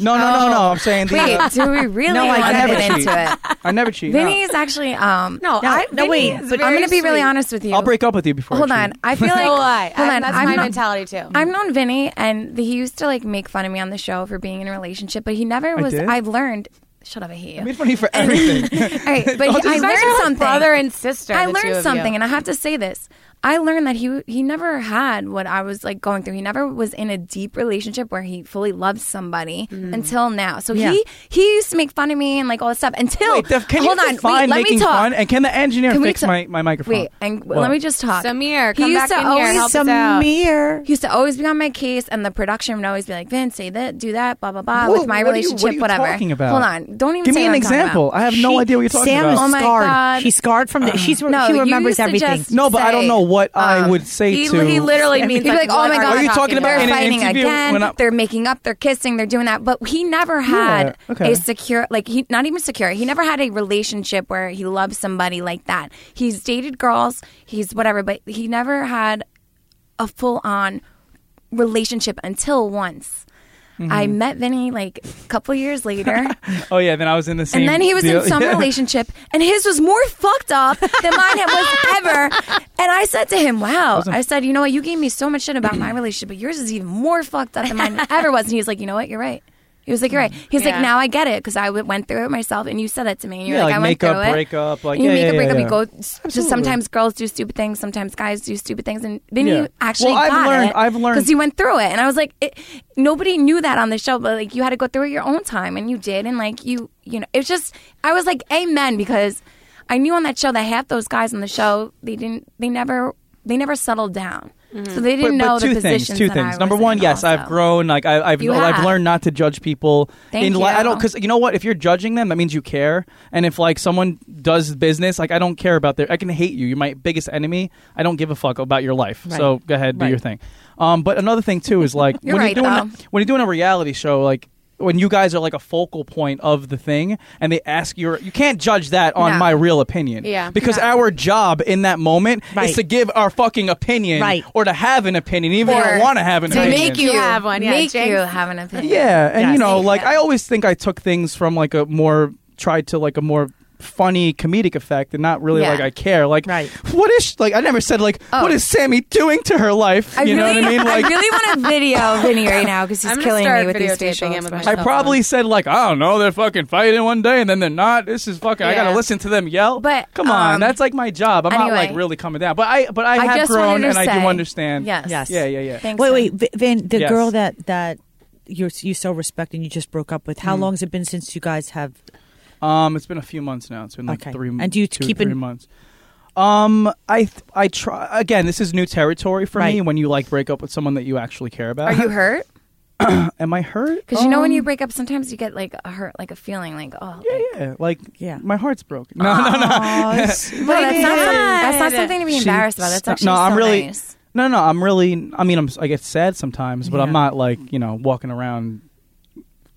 no, no, no, no. I'm saying the, uh,
Wait, do we really
No, I
want to
never
get
cheat.
into it?
I never cheat. no.
Vinny is actually. Um,
No, I,
no, wait,
Vinny is
but
I'm
very
going to be really
sweet.
honest with you.
I'll break up with you before. I
Hold
cheat.
on. I feel
So
like.
I.
Hold
I-
on.
That's
I'm
my
not-
mentality too.
I've known Vinny, and he used to like make fun of me on the show for being in a relationship, but he never was.
did?
I've learned. Shut up, I hate
I
you.
made fun of you for everything.
All right, but he, I
You guys are
learned
like
something.
Brother and sister. the
I
two of
learned
you.
something, and I have to say this. I learned that he he never had what I was like going through. He never was in a deep relationship where he fully loved somebody
Mm.
until now. So
Yeah.
he he used to make fun of me and like all this stuff until
Wait, Def, can
hold
you
on,
define
wait, let
making
me talk.
fun? And can the engineer
Can we
fix
ta-
my, my microphone?
Wait, and
What?
let me just talk.
Samir,
He
come back
used to
in here and
always
help us out.
Samir.
He used to always be on my case, and the production would always be like, "Vin, say that, do that, blah blah blah."
Whoa,
uh, with my
what are you-
relationship,
what are you
whatever.
talking about?
Hold on, don't even
Give
say
me
what
an
I'm talking about.
example. I have no idea what you're talking
Sam
about. Uh-huh.
is
Oh my
scarred.
God.
She's scarred from the. She's
No,
she
you
remembers
used to
everything.
just
No, but I don't
say,
know what I
um,
would say
he,
to-
He literally
I
means
He'd be like, "Oh my
what
god,
are you talking about?
They're
in an
fighting
interview when
again.
I-
they're making up. They're kissing. They're doing that." But he never had
Yeah, okay.
a secure, like he not even secure. He never had a relationship where he loved somebody like that. He's dated girls. He's whatever, but he never had a full on relationship until once. I met Vinny like a couple years later.
oh yeah, then I was in the same.
And then he was
deal.
in some relationship, and his was more fucked up than mine was ever. And I said to him, "Wow." I said, "You know what? You gave me so much shit about my relationship, but yours is even more fucked up than mine ever was." And he was like, "You know what? You're right." He was like, "You're right." He's
Yeah.
like, "Now I get it because I w- went through it myself, and you said that to me, and you're
Yeah,
like,
like
I went
makeup,
through it.
breakup, like,
And you
yeah,
make
yeah,
a
yeah,
breakup.
yeah.
You go. Just sometimes girls do stupid things. Sometimes guys do stupid things, and then
Yeah.
you actually
Well, I've
got
learned-
it.
I've learned-
because he went through it, and I was like, it, nobody knew that on the show, but like you had to go through it your own time, and you did, and like you, you know, it's just I was like, amen, because I knew on that show that half those guys on the show they didn't, they never, they never settled down, so they
Mm-hmm. But,
didn't know
but two
the
things.
positions.
Two
that I
things.
was
Number
in
one, yes, I've
also.
grown. Like I, I've,
You
I've
have.
learned not to judge people.
Thank
in, li- I don't
you.
because you know what? If you're judging them, that means you care. And if like someone does business, like I don't care about their. I can hate you. You're my biggest enemy. I don't give a fuck about your life.
Right.
So go ahead, do
Right.
your thing. Um, but another thing too is like
You're
when
right,
you're doing
though.
when you're doing a reality show, like when you guys are like a focal point of the thing and they ask your you can't judge that on
No.
my real opinion
Yeah.
because
No.
our job in that moment
Right.
is to give our fucking opinion
Right.
or to have an opinion even if you
Or
don't want to have an
to
opinion
make you
have one, yeah,
make you
Jinx.
have an opinion.
yeah, and you
Yes.
know, like
Yeah.
I always think I took things from like a more tried to like a more funny comedic effect and not really
Yeah.
like I care. Like
Right.
what is like I never said like
Oh.
what is Sammy doing to her life?
I
you know
really-
what I mean? Like
I really want a video of Vinny right now because he's
I'm gonna
killing me
start
with these
videotaping
facial
him with my
expressions.
I
cell
probably said like I don't know they're fucking fighting one day and then they're not. This is fucking. I gotta
Yeah.
listen to them yell.
But,
come on,
um,
that's like my job. I'm not like
anyway.
really coming down. But I but I,
I
have
just wanted
grown
to
and I do
say-
understand.
Yes.
Yes.
Yeah. Yeah. Yeah.
Thanks,
Wait,
Vin.
wait, V- Van, the
Yes.
girl that that you're you so respect and you just broke up with. How
Hmm.
long has it been since you guys have?
Um, it's been a few months now. It's been like
Okay.
three.
And do you
two,
keep
three
in-
months? Um, I th- I try again. This is new territory for me
Right.
when you like break up with someone that you actually care
Are
about.
you hurt?
Am I hurt?
Because you know when you
Um,
break up, sometimes you get like a hurt, like a feeling, like oh,
yeah, yeah, like
Yeah.
my heart's broken. No, no, no,
No, that's, not some, that's not something to be
She-
embarrassed about. That's
stop-
actually
no, I'm
so
really-
nice.
no, no. I'm really. I mean, I'm. I get sad sometimes, but I'm
Yeah.
not like you know walking around.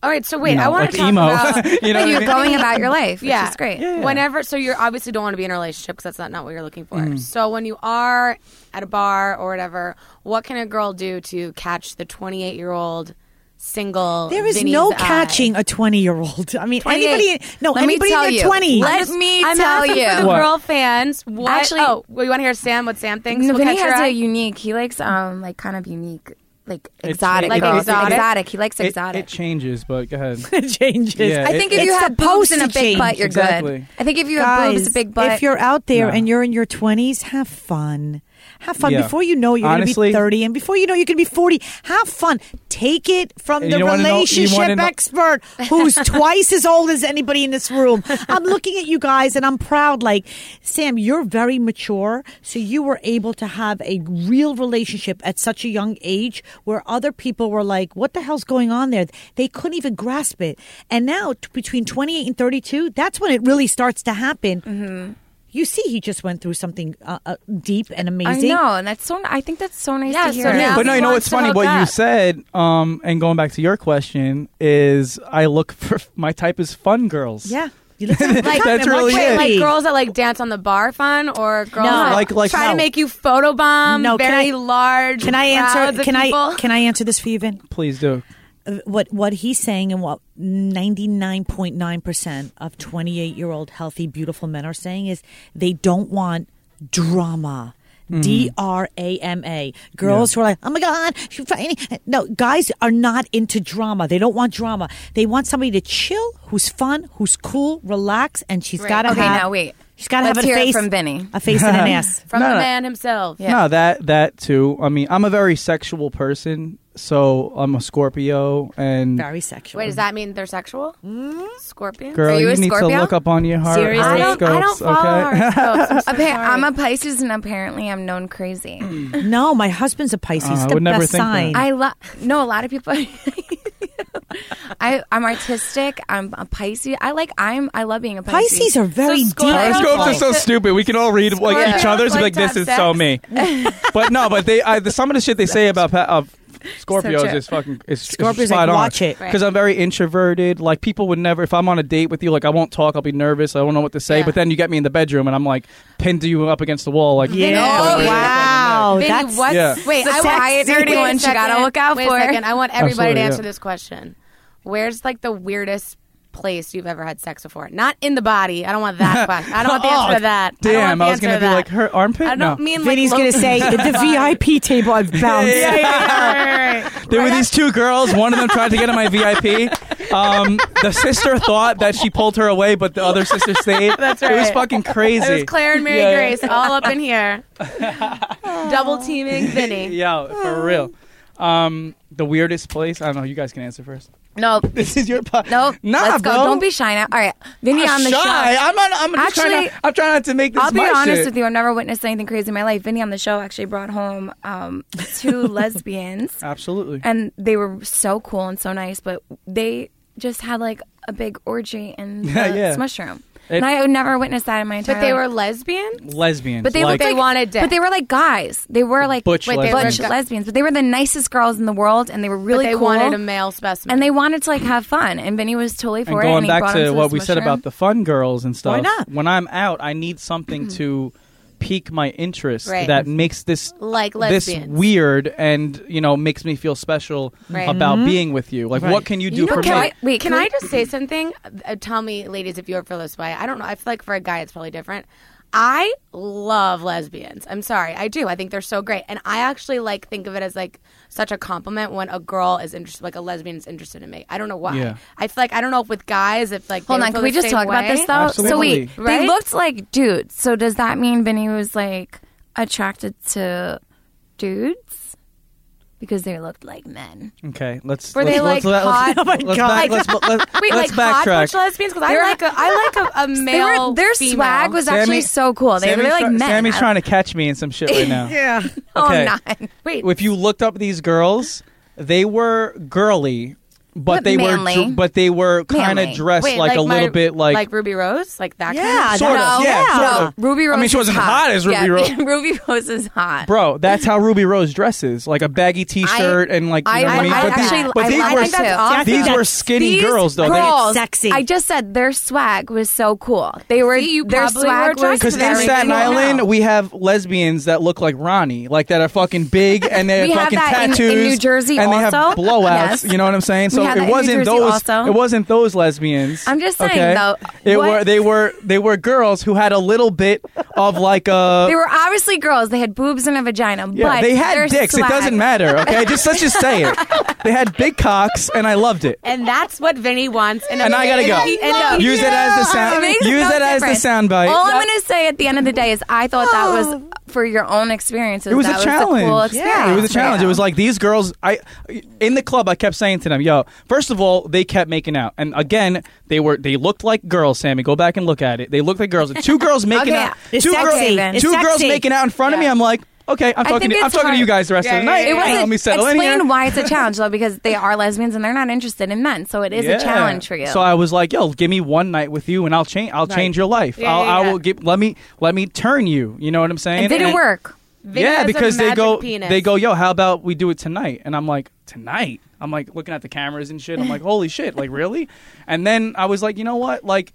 All right, so wait,
you know,
I want
like
to talk
emo.
about
you know, what I
You're
mean?
going about your life, which
Yeah.
is great.
Yeah.
whenever. So you're obviously don't want to be in a relationship because that's not, not what you're looking for.
Mm-hmm.
So when you are at a bar or whatever, what can a girl do to catch the 28 year old single?
There is
Vinny's
no
eye?
catching a twenty-year-old. I mean,
28.
anybody? No,
Let me
anybody
tell
in
you.
their twenties.
Let
Just-
me
I'm
tell
asking
you.
For the
What?
girl fans, what?
Actually-
oh, well, you want to hear Sam what Sam thinks? We'll catch
Vinny
your
has
eye?
a unique. He likes um like kind of unique, like
It's-
exotic,
Like
girls.
exotic?
He likes
It-
exotic.
It, changes, but go ahead.
It changes.
Yeah.
I think
it-
if you
it's
have boobs
supposed
and a
to
big butt,
change.
you're
Exactly.
good. I think if you have boobs,
Guys,
a big butt.
if you're out there
No.
and you're in your 20s, have fun. Have fun
Yeah.
before you know you're going to
Honestly-
be 30 and before you know you're going to be 40. Have fun. Take it from
And
the
you wanna know- you wanna
relationship
know-
expert who's twice as old as anybody in this room. I'm looking at you guys and I'm proud. Like, Sam, you're very mature. So you were able to have a real relationship at such a young age where other people were like, what the hell's going on there? They couldn't even grasp it. And now, t- between 28 and 32, that's when it really starts to happen.
Mm-hmm.
You see, he just went through something uh, uh, deep and
I
amazing.
know, and that's so. I think that's so nice
Yeah,
to
so
hear.
now-
but no,
he
you know
wants
what's
to
funny?
hook
What you
up.
said, um, and going back to your question, is I look for my type is fun girls.
Yeah. You look at
Like-
That's really
Wait,
it.
like girls that like dance on the bar fun or girls that
Like- like
try
no.
to make you photobomb
No, can
very
I-
large
Can I
crowds
answer?
of
Can I
people?
can I answer this for you, Vin?
Please do.
Uh, What what he's saying and what ninety nine point nine percent of twenty eight year old healthy beautiful men are saying is they don't want drama.
Mm-hmm.
D R A M A. Girls who are like, oh my God, she's fighting. No, guys are not into drama. They don't want drama. They want somebody to chill, who's fun, who's cool, relax, and she's got to
Okay,
have.
now wait.
She's got to have
Let's
a
hear it
face
from Vinny.
a face and an ass.
from
No,
the
no.
man himself?
Yeah.
No, that that too. I mean, I'm a very sexual person, so I'm a Scorpio, and
Very sexual.
Wait, does that mean they're sexual? Scorpion.
girl,
Are you a
need to
Scorpio?
look up on your heart
Seriously?
I don't.
horoscopes.
I don't follow
okay,
horoscopes. I'm so
Appa-
sorry. Mm.
I'm a Pisces, and apparently I'm known crazy.
No, my husband's a Pisces.
Uh, I
the
would never
best
think that.
sign.
I love. No, a lot of people. I I'm artistic. I'm a Pisces. I like. I'm. I love being a Pisces.
Pisces are very
So
deep.
Scorpio-
horoscopes are so
Scorpio.
stupid. We can all read like each
Scorpio.
other's. and be Like
Like
this
to
is
have
so
sex.
me. but no, but they I, the, some of the shit they say about pa- of Scorpios
So true.
is fucking is
Scorpios,
is
like,
spot on.
watch it.
Right.
because I'm very introverted. Like people would never. If I'm on a date with you, like I won't talk. I'll be nervous. I don't know what to say.
Yeah.
But then you get me in the bedroom, and I'm like pinned you up against the wall. Like
Yeah.
Oh,
like,
wow.
Vinny,
that's
what's-
Yeah.
Wait, I
The quiet,
want
nerdy
wait a
ones you gotta
second.
look out
Wait a
for.
second. I want everybody
Absolutely,
to answer
yeah.
this question. Where's like the weirdest place you've ever had sex before? Not in the body. I don't want that question. I don't want the answer
Oh,
to that. I don't
Damn,
want the
I was gonna
answer
be
that.
like her armpit.
I don't
no.
mean
Vinny's
like
going to say the VIP table I've bounced.
Yeah.
VIP.
There were these two girls. One of them tried to get on my VIP. Um, the sister thought that she pulled her away, but the other sister stayed. That's It was
right.
fucking crazy.
It was Claire and Mary
Yeah.
Grace all up in here, double teaming Vinny.
Yeah, for real. Um, the weirdest place. I don't know. You guys can answer first.
No.
This is your podcast.
No.
nah,
let's go.
bro.
Don't be shy now. All right, Vinny
I'm
on the
shy.
show.
I'm on. I'm just trying.
Actually,
Not, I'm trying not to make this.
I'll be
my
honest
shit.
with you. I've never witnessed anything crazy in my life. Vinny on the show actually brought home um, two lesbians,
Absolutely.
and they were so cool and so nice, but they just had like a big orgy in the
Yeah, yeah.
smush room. and I never witnessed that in my entire.
But they
life.
were lesbian?
lesbians.
But they
like,
looked
They
like
wanted dick.
But they were like guys. They were like
Butch
Wait, they were
lesbians.
butch lesbians. But they were the nicest girls in the world, and they were
But
really
they
cool.
wanted a male specimen.
and they wanted to like have fun, and Benny was totally
and
for it.
going
and he
back
brought him
to what
this
we said
mushroom.
about the fun girls and stuff.
Why not?
When I'm out, I need something to pique my interest
Right.
that makes this
like
this
lesbians.
weird and you know makes me feel special
Right.
about being with you. Like,
Right.
what can you do
know,
for
can
me?
I- wait,
can
can
I
we-
just say something? Uh, tell me, ladies, if you ever feel this way. I don't know. I feel like for a guy, it's probably different. I love lesbians. I'm sorry, I do. I think they're so great, and I actually like think of it as like such a compliment when a girl is interested, like a lesbian is interested in me. I don't know why.
Yeah.
I feel like I don't know if with guys, if like
Hold
they
on,
feel
can we
the
just
same
talk about
way.
this though? So
Absolutely.
wait,
Right?
they looked like dudes. So does that mean Benny was like attracted to dudes because they looked like men?
Okay, let's.
Were
let's,
they,
let's,
like,
let's,
hot?
Oh my
let's
God.
Back, let's let's,
Wait,
let's
like hot
backtrack.
butch lesbians? Because I
They're-
like a, I like a, a
They
male.
were, their
female.
swag was actually so cool. They
Sammy's
were like
try-
men. Oh,
Sammy's
I-
trying to catch me in some shit right now.
Yeah.
No,
Okay.
I'm not.
wait.
If you looked up these girls, they were girly, but,
But
they were
manly.
dr- but they were kind of
Manly.
dressed
wait,
like, a
my-
little bit like,
like Ruby Rose, like that.
Yeah,
kind of?
Sort of,
no,
yeah,
no.
sort of.
Ruby Rose.
I mean, she
is
wasn't
hot,
hot as Ruby
yeah,
Rose.
Ruby Rose is hot.
Bro, that's how Ruby Rose dresses, like a baggy T-shirt and like you
I-
know what I
I-
mean.
I
but
actually-
these, but
I
these
like
were
that too.
s-
I
think
these
that's-
were skinny
These
girls though. They-
girls-
Sexy.
I just said their swag was so cool. They were
See, you
their
probably were
swag was
attracted
because
to
in
them.
very
Staten
cool.
Island, we have lesbians that look like Ronnie, like that are fucking big and they have
We have
fucking
that in- in
tattoos.
New Jersey
and they have
also.
blowouts.
Yes.
You know what I'm saying? So
We have that
it
in New
wasn't
Jersey
those.
also.
It wasn't those lesbians.
I'm just saying,
okay?
though,
It
what-
were they were they were girls who had a little bit of like a.
They were obviously girls. They had boobs and a vagina.
yeah,
but
they
their
had dicks.
Swag,
It doesn't matter. Okay, just let's just say it. They had big cocks, and I loved it.
And that's what Vinny wants. In a
And I gotta
in
go.
a- in a-
Use it as the
It
sound.
makes
Use
no
it as the
difference.
sound bite. Oh.
All I'm gonna say at the end of the day is I thought that was for your own experiences.
It was
that
a challenge.
Was the cool
Yeah.
experience.
It was a challenge.
for
It
you.
was like these girls. I in the club. I kept saying to them, "Yo, first of all, they kept making out, and again, they were they looked like girls. Sammy, go back and look at it. They looked like girls. Two girls making
Okay.
out.
It's
two
sexy.
girls.
It's
Two girls
sexy.
making out in front of me.
Yeah.
I'm like, okay, I'm talking.
think
To, I'm
it's
talking to
hard.
you guys the rest
Yeah,
of the
yeah,
night.
yeah,
It wasn't.
Let me settle in
explain
here.
why it's a challenge though, because they are lesbians and they're not interested in men, so it is
Yeah.
a challenge for you.
So I was like, "Yo, give me one night with you, and I'll change. I'll change your life.
Yeah,
I'll,
yeah,
I
yeah.
will give. Let me let me turn you. You know what I'm saying?
and did it
And-
work?
Vinny
yeah,
has a
because they
magic
go,
penis.
they go, yo, how about we do it tonight? And I'm like, tonight? I'm like looking at the cameras and shit. I'm like, holy shit, like really? And then I was like, you know what? Like,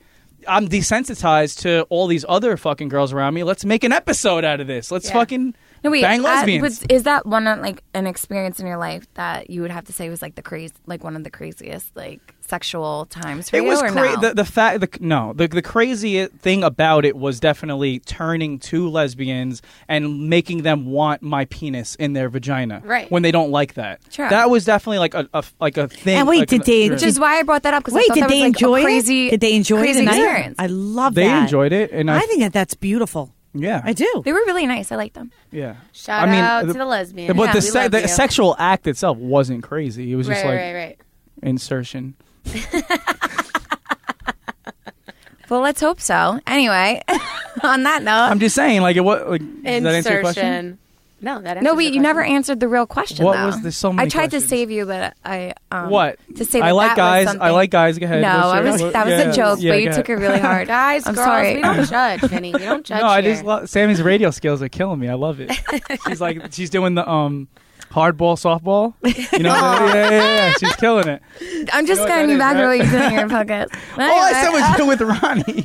I'm desensitized to all these other fucking girls around me. Let's make an episode out of this. Let's
Yeah.
fucking
No, wait.
bang
uh,
lesbians.
was- is that one uh, like an experience in your life that you would have to say was like the crazy, like one of the craziest like sexual times for
it
you?
was
or
cra-
no?
the the fact the no the the crazy thing about it was definitely turning to lesbians and making them want my penis in their vagina
Right.
when they don't like that.
Sure.
That was definitely like a, a like a thing.
And wait,
like
did
an-
they-
Which is why I brought that up because I
Wait,
thought
did
that
they
was, like,
enjoy
a crazy,
it? Did they enjoy
crazy
the night?
experience?
I love
they
that.
enjoyed it, and I,
I think that that's beautiful.
yeah,
I do.
They were really nice. I liked them.
Yeah.
Shout
I mean,
out
the-
to the lesbian.
But the,
we
se-
love
the
you.
sexual act itself wasn't crazy. It was
Right,
just like
right, right.
insertion.
Well, let's hope so. Anyway, on that note,
I'm just saying, like, it what? Like, does that answer your question?
Insertion. No, that
no,
answers
wait,
your
you never
question.
answered the real question.
What
though.
was the- so
I
many
tried
questions.
to save you, but I um,
What?
to say
I
that
like
that was
guys. I
something-
like guys. Go ahead.
No,
What's
I
your-
was
what-
that was
yeah,
a joke,
yeah,
but you
go
took it
ahead.
really hard.
Guys,
I'm
girls,
sorry.
we don't judge, Vinny. We don't judge.
No, I just
here.
love Sammy's radio skills are killing me. I love it. she's like, she's doing the um, hardball, softball. You know, yeah, yeah, yeah, yeah. She's killing it.
I'm
You
just
know what
getting
that
you
is,
back
right?
for what you're doing in your podcast.
All I said was you with Ronnie.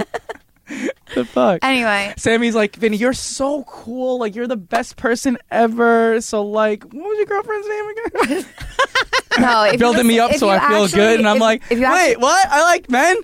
the fuck.
anyway.
Sammy's like, Vinny, you're so cool. Like, you're the best person ever. So, like, what was your girlfriend's name again?
No, if you
Building me
listen-
up
if
so
you
I feel
actually-
good. And I'm
if-
like,
if you
wait,
actually-
what? I like men?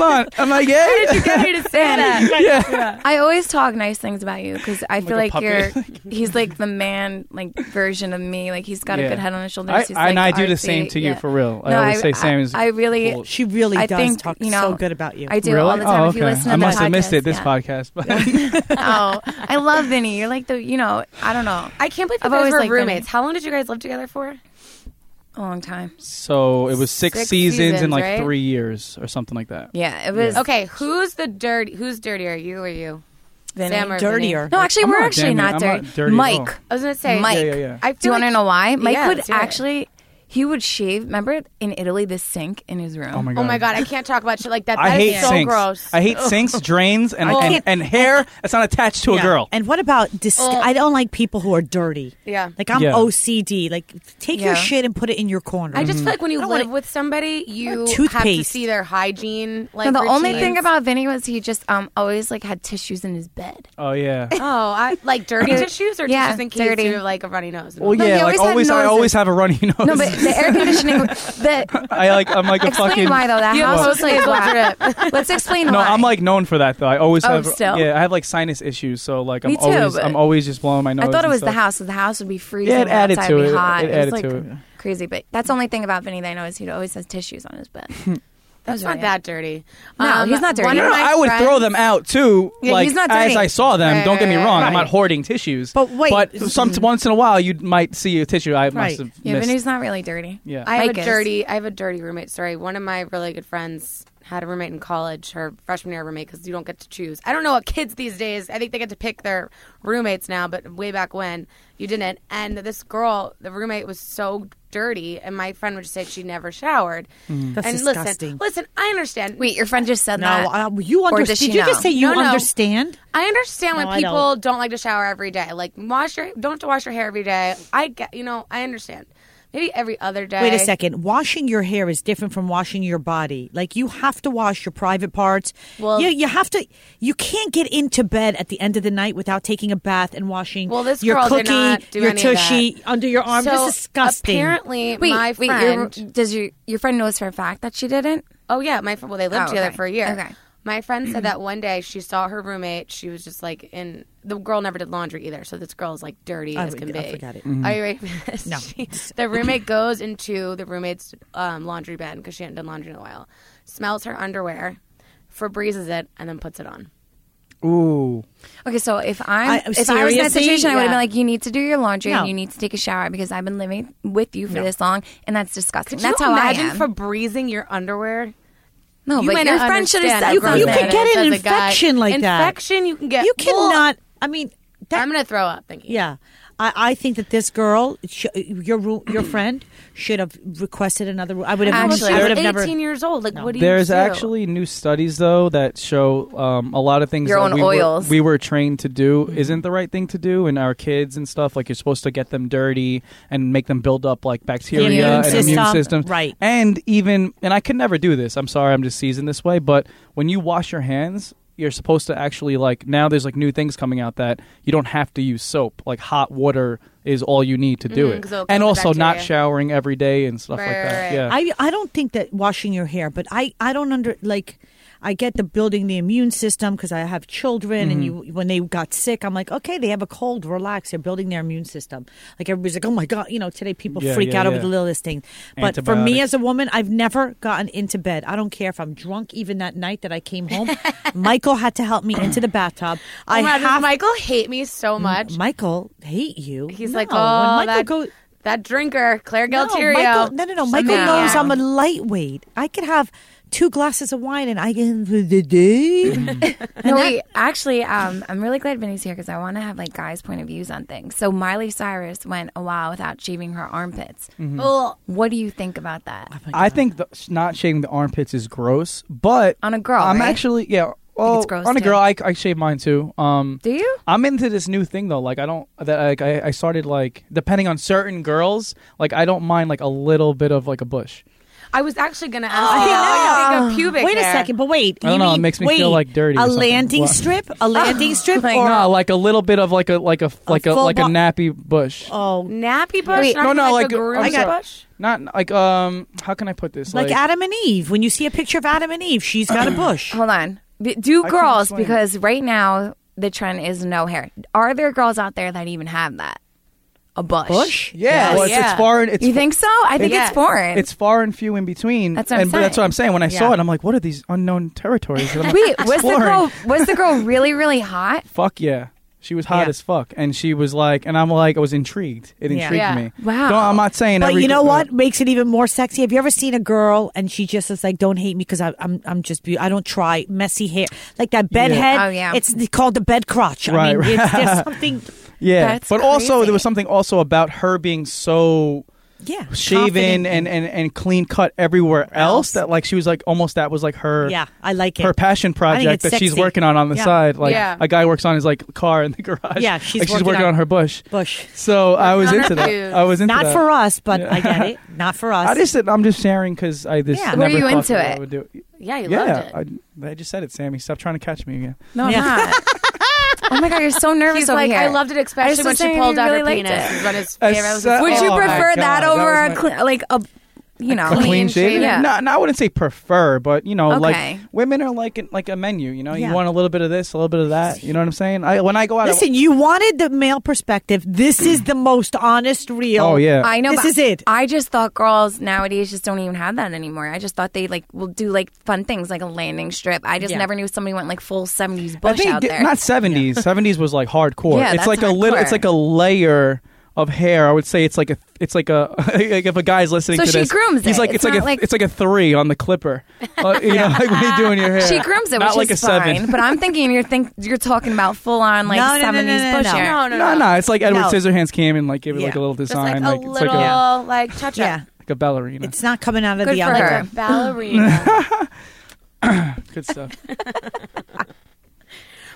on. Am I gay?
Did you get me to say that?
yeah.
I always talk nice things about you because I feel
like
like,
a
you're.
puppy.
He's like the man, like version of me. Like he's got
Yeah.
a good head on his shoulders.
I-
he's,
I- and
like,
I do the
artsy.
same to you,
Yeah.
for real. I
No,
always say Sam is
I really.
bullshit.
She really
I
does
think,
talk
you know,
so good about you.
I do all the time.
Oh,
If you
okay.
listen to
I
the
must have missed it this
podcast,
podcast. But
yeah. oh, I love Vinny. You're like the, you know, I don't know,
I can't believe you
I've
guys
always
were
liked
roommates.
Vinny.
How long did you guys live together for?
a long time.
so it was six,
Six
seasons in
seasons,
like
right?
three years or something like that.
Yeah, it was
Okay, who's the dirty? Who's dirtier, you or you?
Vinny.
Sam or
Dirtier.
Vinny?
No, actually,
I'm
we're
not
actually
damn it.
not
I'm
dirty.
not dirty at all.
Mike.
I was gonna say
Mike.
Yeah, yeah, yeah.
I feel
Do you want to
like-
know why? Mike
Yeah,
would
let's hear it.
actually. He would shave. Remember in Italy, the sink in his room.
Oh my god.
Oh my god, I can't talk about shit like that. That
I
is
hate
so
sinks.
gross.
I hate sinks, drains, and
I
and,
can't-
and hair that's not attached to a
Yeah.
girl.
And what about dis-
Oh.
I don't like people who are dirty.
Yeah.
Like I'm
Yeah.
OCD. Like take your
Yeah.
shit and put it in your corner.
I just feel like when you
I
live
don't wanna-
with somebody, you
want
have to
toothpaste.
see their hygiene. Like
No, the only
routines.
thing about Vinny was he just um always like had tissues in his bed.
Oh yeah.
oh, I like dirty tissues or
Yeah,
tissues in case
dirty.
you have like a runny nose.
Well,
No, he
yeah.
always
Like
had
always, I
noses.
always have a runny nose.
No, but the air conditioning. The
I like. I'm like a
explain
fucking.
why though. That
You
house was
mostly
like
is
why. Let's explain
No,
why.
I'm like known for that though. I always
Oh,
have.
still?
Yeah, I have like sinus issues, so like I'm
Me too,
always
but-
I'm always just blowing my nose.
I thought it
and
was the
stuff.
house. So the house would be freezing.
Yeah, it added
outside
to
would be
it.
hot.
It
was,
added
like,
to it.
Crazy, but that's the only thing about Vinny that I know is he always has tissues on his bed.
That's not that dirty. Um,
No, he's not dirty.
one
No,
of
no,
my
I would
friends-
throw them out too,
Yeah,
like
he's not
as
dirty.
I saw them.
Right,
don't get me
right,
wrong;
right.
I'm not hoarding tissues.
But wait-
but some once in a while you might see a tissue. I
Right.
must have
Yeah,
missed.
Vinny's not really dirty.
yeah,
I have
Mike
a
is.
dirty. I have a dirty roommate story. One of my really good friends had a roommate in college, her freshman year roommate, because you don't get to choose. I don't know what kids these days. I think they get to pick their roommates now, but way back when you didn't. And this girl, the roommate, was so dirty, and my friend would just say she never showered.
That's
and
disgusting.
listen, listen, I understand.
Wait, your friend just said
no,
that.
uh, you
Or
understand?
does
Did,
she
you
know?
just say you
No, no.
understand?
I understand
No,
why
I don't.
people don't. like to shower every day. Like wash your don't wash your hair every day. I get you know I understand. Maybe every other day.
Wait a second. Washing your hair is different from washing your body. Like you have to wash your private parts.
Well-
you, you have to. You can't get into bed at the end of the night without taking a bath and washing.
Well, this
your
girl did
cookie,
not do
your
any of that.
tushy under your arm.
So
this is disgusting.
Apparently,
wait,
my
wait. Your,
friend.
does your your friend knows for a fact that she didn't?
Oh yeah, my friend. Well, they lived
Oh,
together
okay.
for a year.
Okay.
My friend said that one day she saw her roommate. She was just like in. The girl never did laundry either, so this girl is like dirty
I
as
would-
can be.
I forgot it. Mm-hmm.
Are you ready? For this?
No.
She- the roommate goes into the roommate's um, laundry bin because she hadn't done laundry in a while. Smells her underwear, Febrezes it, and then puts it on.
ooh,
Okay, so if I'm
I-
if I was in that
seriously?
situation, I would have
Yeah.
been like, "You need to do your laundry
No.
and you need to take a shower because I've been living with you for this long, and that's disgusting.
Could
that's
you
how
imagine
I am.
Febrezing your underwear? You
no, Oh, but
might
your
not
friend should
understand
have said
how
you,
gross
you
that
something.
could get
is
an
as a guy.
infection like that.
Infection, you can get.
You
Well,
cannot. I mean, that,
I'm gonna throw up. Thank you.
Yeah, I, I think that this girl, sh- your ru- your friend, should have requested another. ru- I would have
Actually,
I
I
would
was
have
18
never.
years old. Like, what do you
there's
do?
actually new studies though that show um, a lot of things
Your
that
own
we were-
oils.
we were trained to do
Mm-hmm.
isn't the right thing to do in our kids and stuff. Like you're supposed to get them dirty and make them build up like bacteria
immune
and immune
system,
systems,
right.
And even and I could never do this. I'm sorry, I'm just seasoned this way. But when you wash your hands. You're supposed to actually like now. There's like new things coming out that you don't have to use soap. Like hot water is all you need to do
Mhm, 'cause
it,
it'll kill
and
the
also not
bacteria.
showering every day and stuff
Right,
like that.
right, right.
Yeah,
I I don't think that washing your hair, but I I don't under like. I get the building the immune system because I have children, and you when they got sick, I'm like, okay, they have a cold, relax. They're building their immune system. Like everybody's like, oh my god, you know, today people
Yeah,
freak
yeah,
out over
yeah.
the littlest thing. But for me
Antibiotics.
as a woman, I've never gotten into bed. I don't care if I'm drunk. Even that night that I came home, Michael had to help me into the bathtub. I
Oh my God, does
have
Michael hate me so much?
Michael hate you.
He's
No,
like, oh,
when Michael
that,
go-
that drinker, Claire
no,
Galterio.
Michael, no, no, no. Michael
Somehow.
knows I'm a lightweight. I could have two glasses of wine and I can for the day.
No, wait. Actually, um, I'm really glad Vinny's here because I want to have like guys' point of views on things. So Miley Cyrus went a while without shaving her armpits.
Mm. Ugh.
What do you think about that?
I think the, not shaving the armpits is gross, but
On a girl,
I'm
right?
actually yeah. Well,
it's gross,
on a
too.
girl, I, I shave mine too. Um,
Do you?
I'm into this new thing though. Like I don't that like I, I started like depending on certain girls, like I don't mind like a little bit of like a bush.
I was actually going to ask you what you think of pubic
Oh, wait a
hair.
second, but wait.
I don't
you
know, it
mean-
makes me feel,
wait,
like, dirty or
A
something.
landing
What?
strip, a landing strip, or
no, like a little bit of like a like a like a,
full
like a
bu-
nappy bush.
oh,
Nappy bush?
Wait,
not
no,
even
no,
like,
like,
a
I'm
groom's
sorry.
bush?
Not like um how can I put this?
like,
Like,
Adam and Eve. When you see a picture of Adam and Eve, she's got a bush.
Hold on. B- Do
can
girls
explain.
because right now the trend is no hair. Are there girls out there that even have that? A bush.
Bush?
yeah,
Yes.
well, it's, it's
Yeah.
foreign. It's
You think so? I think
Yes.
it's foreign.
It's far and few in between.
That's what I'm
and, but That's
saying.
what I'm saying. When I saw
Yeah.
it, I'm like, what are these unknown territories? that I'm
Wait, was the
exploring?
girl was the girl really really hot?
fuck yeah. She was hot
Yeah.
as fuck, and she was like, and I'm like, I was intrigued. It
Yeah.
intrigued
Yeah.
me.
Wow.
Don't- I'm not saying,
But
every- uh,
you know what makes it even more sexy? Have you ever seen a girl and she just is like, "Don't hate me because I'm I'm just be- I don't try messy hair like that bed
Yeah.
head.
Oh, yeah.
it's the- called the bed crotch. I mean,
Right, right.
it's there's something.
Yeah,
That's
but also
crazy.
there was something also about her being so
Yeah.
shaven
Confident.
and, and, and clean cut everywhere else.
Else.
That like she was like almost that was like her
Yeah, I like it.
her passion project
it's
that she's
sexy.
working on on the
Yeah.
side. Like
Yeah.
a guy works on his like car in the garage.
Yeah, she's
like, she's
working
working on,
on-
her bush.
Bush.
So I was
on her
into that.
boobs.
I was into
Not
that.
for us, but I get it. Not for us.
I just I'm just sharing because I just
Yeah.
never
Were
you
thought
into
that I
it?
would do it.
Yeah, you
yeah,
loved it.
I, I just said it, Sammy. Stop trying to catch me again.
No, I'm
Yeah.
not. oh my god, you're so nervous
He's
over
like,
here.
I loved it,
I
especially
just
when
was
she
saying
pulled
you
out her
really liked
penis.
it.
Is when his
I
favorite. I was
said-
like,
Would
"Oh
you
my
prefer
God,
that
that
over
was
a
my-
cle- like a you know?
clean
clean shaven.
shaven?
Yeah.
No, no, I wouldn't say prefer, but you know, like
Okay.
women are like an- like a menu. You know,
Yeah.
you want a little bit of this, a little bit of that. You know what I'm saying? I, when I go out, I-
Listen, you wanted the male perspective. This is the most honest, real.
oh yeah,
I know.
This
but
is it.
I just thought girls nowadays just don't even have that anymore. I just thought they like will do like fun things like a landing strip. I just
Yeah.
never knew somebody went like full seventies
I
bush
think
out
di-
there.
not 70s. 70s was like hardcore.
Yeah,
it's
that's
like a little.
hardcore.
It's like a layer of hair. I would say it's like a. It's like a. like if a guy's listening
So
to
she
this,
grooms
he's
it.
like it's,
It's
like a.
not like-
it's like a three on the clipper. Uh, you know, like what are you doing your hair?
she grooms it,
Not
which
like
is
a
fine.
seven.
But I'm thinking you're think you're talking about full on like
No, no, no, no,
seventies
no,
bush
no.
hair.
No, no,
No,
no,
no, it's like Edward
No.
Scissorhands came and like gave it like
Yeah.
a little
Just like
design,
a
like, it's
little
like a,
like cha-cha.
Yeah.
like a ballerina.
It's not coming out of
Good
the
for
oven.
her.
Like a ballerina.
Good stuff.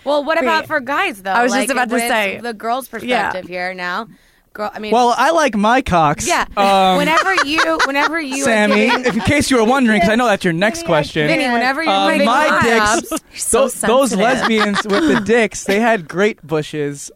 well, what about
Great.
for guys though?
I was just
Like,
about to
when it's
say.
the girls' perspective here now. Girl, I mean,
well, I like my cocks.
yeah.
Um,
whenever you, whenever you, are
Sammy,
giving-
if in case you were wondering, because I know that's your next question.
Vinny, whenever you're
Uh,
giving
my
blowjobs,
dicks,
so
those, those
sensitive.
lesbians with the dicks, they had great bushes.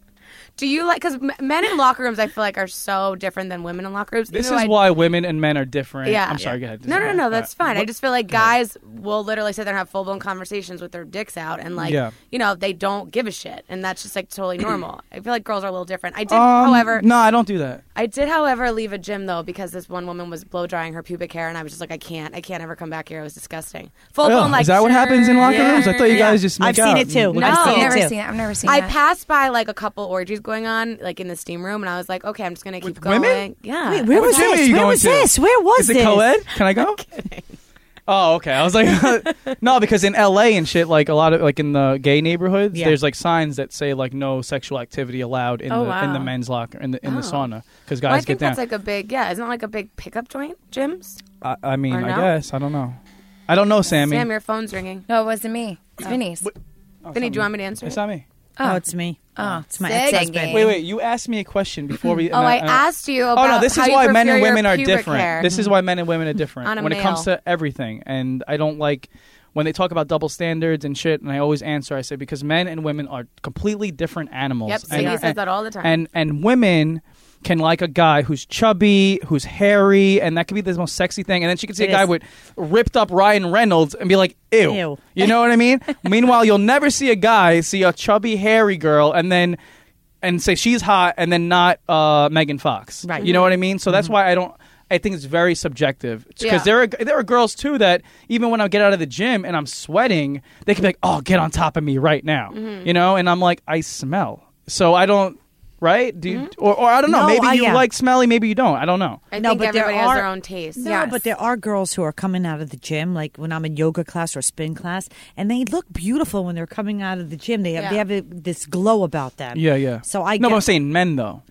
Do you like because men in locker rooms? I feel like are so different than women in locker rooms.
This
Even
is
though I-
why women and men are different.
Yeah.
I'm sorry. Go ahead.
No, no, no, no. That's
Uh,
fine. I just feel like guys will literally sit there and have full blown conversations with their dicks out, and like,
Yeah.
you know, they don't give a shit, and that's just like totally normal. I feel like girls are a little different. I did,
um,
however,
no, I don't do that.
I did, however, leave a gym though because this one woman was blow drying her pubic hair, and I was just like, I can't, I can't ever come back here. It was disgusting. Full blown,
Ugh,
like
is that what happens in locker rooms? I thought you guys just make
I've seen
out.
it too.
Look
No.
at
I've
that.
seen-
Oh.
never
Me
seen. I've never
too.
seen.
I
that.
passed by like a couple orgies going on, like in the steam room, and I was like, okay, I'm just gonna keep going.
women?
Yeah.
Wait, where
What
was
gym are
this?
you
Where
going
was
to?
this? Where was
Is
this?
it co-ed? Can I go? Oh, okay. I was like, no, because in LA and shit, like a lot of like in the gay neighborhoods,
Yeah.
there's like signs that say like no sexual activity allowed in
Oh,
the in the
wow.
men's locker in the in the
Oh.
sauna because
Well, I
guys
think
get down.
that's like a big, yeah, isn't it like a big pickup joint, gyms?
I, I mean,
Or
I
no?
guess I don't know. I don't know, Sammy.
Sam, your phone's ringing.
No, it wasn't me. It's Vinny's.
Oh,
Vinny, do you
something.
want me to answer?
It's
it?
not me.
Oh, it's me. Oh, it's my
Sick.
ex-husband.
Wait, wait. You asked me a question before we.
Oh, I asked you
Oh
about
no! This
how
is
you
why men
prefer
and
your
women are
pubic
different.
hair.
This is why men and women are different
On a
when it comes
male.
to everything. And I don't like when they talk about double standards and shit. And I always answer. I say because men and women are completely different animals.
Yep,
and,
Sadie says that all the time.
And and women can like a guy who's chubby, who's hairy, and that could be the most sexy thing. And then she could see
It
a guy
is.
with ripped up Ryan Reynolds and be like, ew.
Ew.
You know what I mean? Meanwhile, you'll never see a guy see a chubby, hairy girl and then and say she's hot and then not uh, Megan Fox.
Right. Mm-hmm.
You know what I mean? So that's why I don't. I think it's very subjective because
Yeah.
there are there are girls too that even when I get out of the gym and I'm sweating, they can be like, "Oh, get on top of me right now,"
Mm-hmm.
you know, and I'm like, "I smell," so I don't. Right? Do you, or, or I don't know.
Mm-hmm. No,
maybe
I-
you
yeah.
like smelly. Maybe you don't. I don't know.
I
No,
think
but there
everybody has their
are-
own taste.
No,
Yes.
but there are girls who are coming out of the gym, like when I'm in yoga class or spin class, and they look beautiful when they're coming out of the gym. They have they
Yeah.
have a, this glow about them.
Yeah, yeah.
So I
no.
get- Uh,
But I'm saying men though.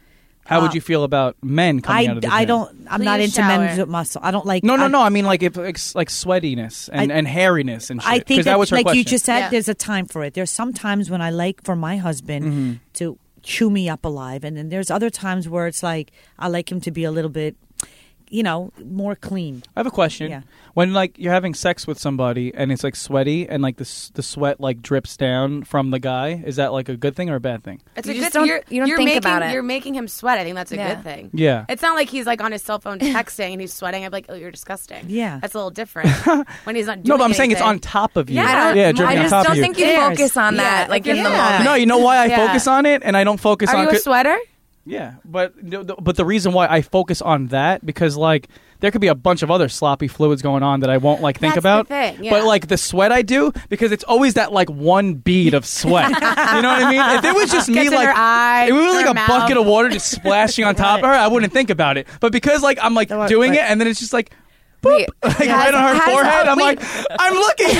How would you feel about men
I,
coming out of the
I
gym?
don't. I'm not
Please
into men
shower.
with muscle. I don't like.
No, no,
I,
no. I mean, like, if, like, s- like sweatiness and,
I-
and hairiness and shit.
I
'Cause
think
that
that,
was her
like you
question.
just said,
Yeah.
there's a time for it. There's some times when I like for my husband
Mm-hmm.
to chew me up alive, and then there's other times where it's like I like him to be a little bit, you know, more clean.
I have a question.
Yeah.
When like you're having sex with somebody and it's like sweaty and like the s- the sweat like drips down from the guy, is that like a good thing or a bad thing?
It's
You
a
just
good
don't-
you're,
you don't
are
think
making,
about it.
You're making him sweat. I think that's a
Yeah.
good thing.
Yeah.
It's not like he's like on his cell phone texting and he's sweating. I'm like, oh, you're disgusting.
Yeah.
That's a little different when he's not. Doing
no, but I'm saying it's
anything.
on top of you.
Yeah, I
I
don't-
yeah,
I
dripping
I
on
just
top
don't
of you.
think you
Cares.
focus on that,
Yeah,
like
like,
in the
yeah.
moment.
no, you know why I
Yeah.
focus on it and I don't focus
Are
on
you a
co-
sweater?
Yeah, but no, no, but the reason why I focus on that because like there could be a bunch of other sloppy fluids going on that I won't like think
That's the
about.
thing, yeah.
But like the sweat I do because it's always that like one bead of sweat. you know what I mean? If it was just me
Gets in
like
her eye,
if it was like
her
a bucket
mouth.
of water just splashing on top of her, I wouldn't think about it. But because like I'm like
No,
doing
but-
it and then it's just like
Wait,
Like
has-
right on her
has-
forehead.
oh,
I'm
wait.
like, I'm looking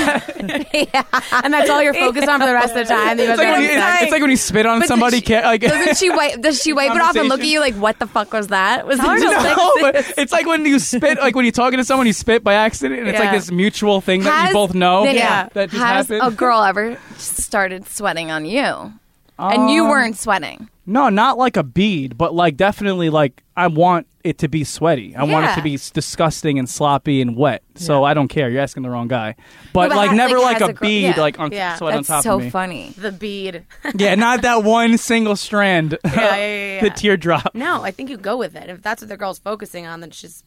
at it.
and that's all you're focused on for the rest of the time. You
It's
have
like, when you,
that
it's,
exact-
it's like when you spit on
But
somebody.
does she-
Can't, like,
Doesn't she wipe? Does she wipe it off and look at
Conversation.
you like, "What the fuck was that? Was it just like
no, but
this?"
it's like when you spit, like when you're talking to someone, you spit by accident, and it's like
Yeah.
this mutual thing that
Has-
you both know.
Then,
that just
has
happened.
a girl ever started sweating on you, and you
Um,
weren't sweating?
No, not like a bead, but like definitely like I want it to be sweaty. I want it
Yeah.
to be s- disgusting and sloppy and wet. So I don't care. You're asking the wrong guy. But,
but
like
ha-
never
like,
like,
has
a
a girl-
bead
yeah.
like on
Yeah.
sweat on
That's
top
so
of me.
funny.
the bead.
Yeah, not that one single strand.
yeah, yeah,
the
yeah.
teardrop.
No, I think you go with it. If that's what the girl's focusing on, then she's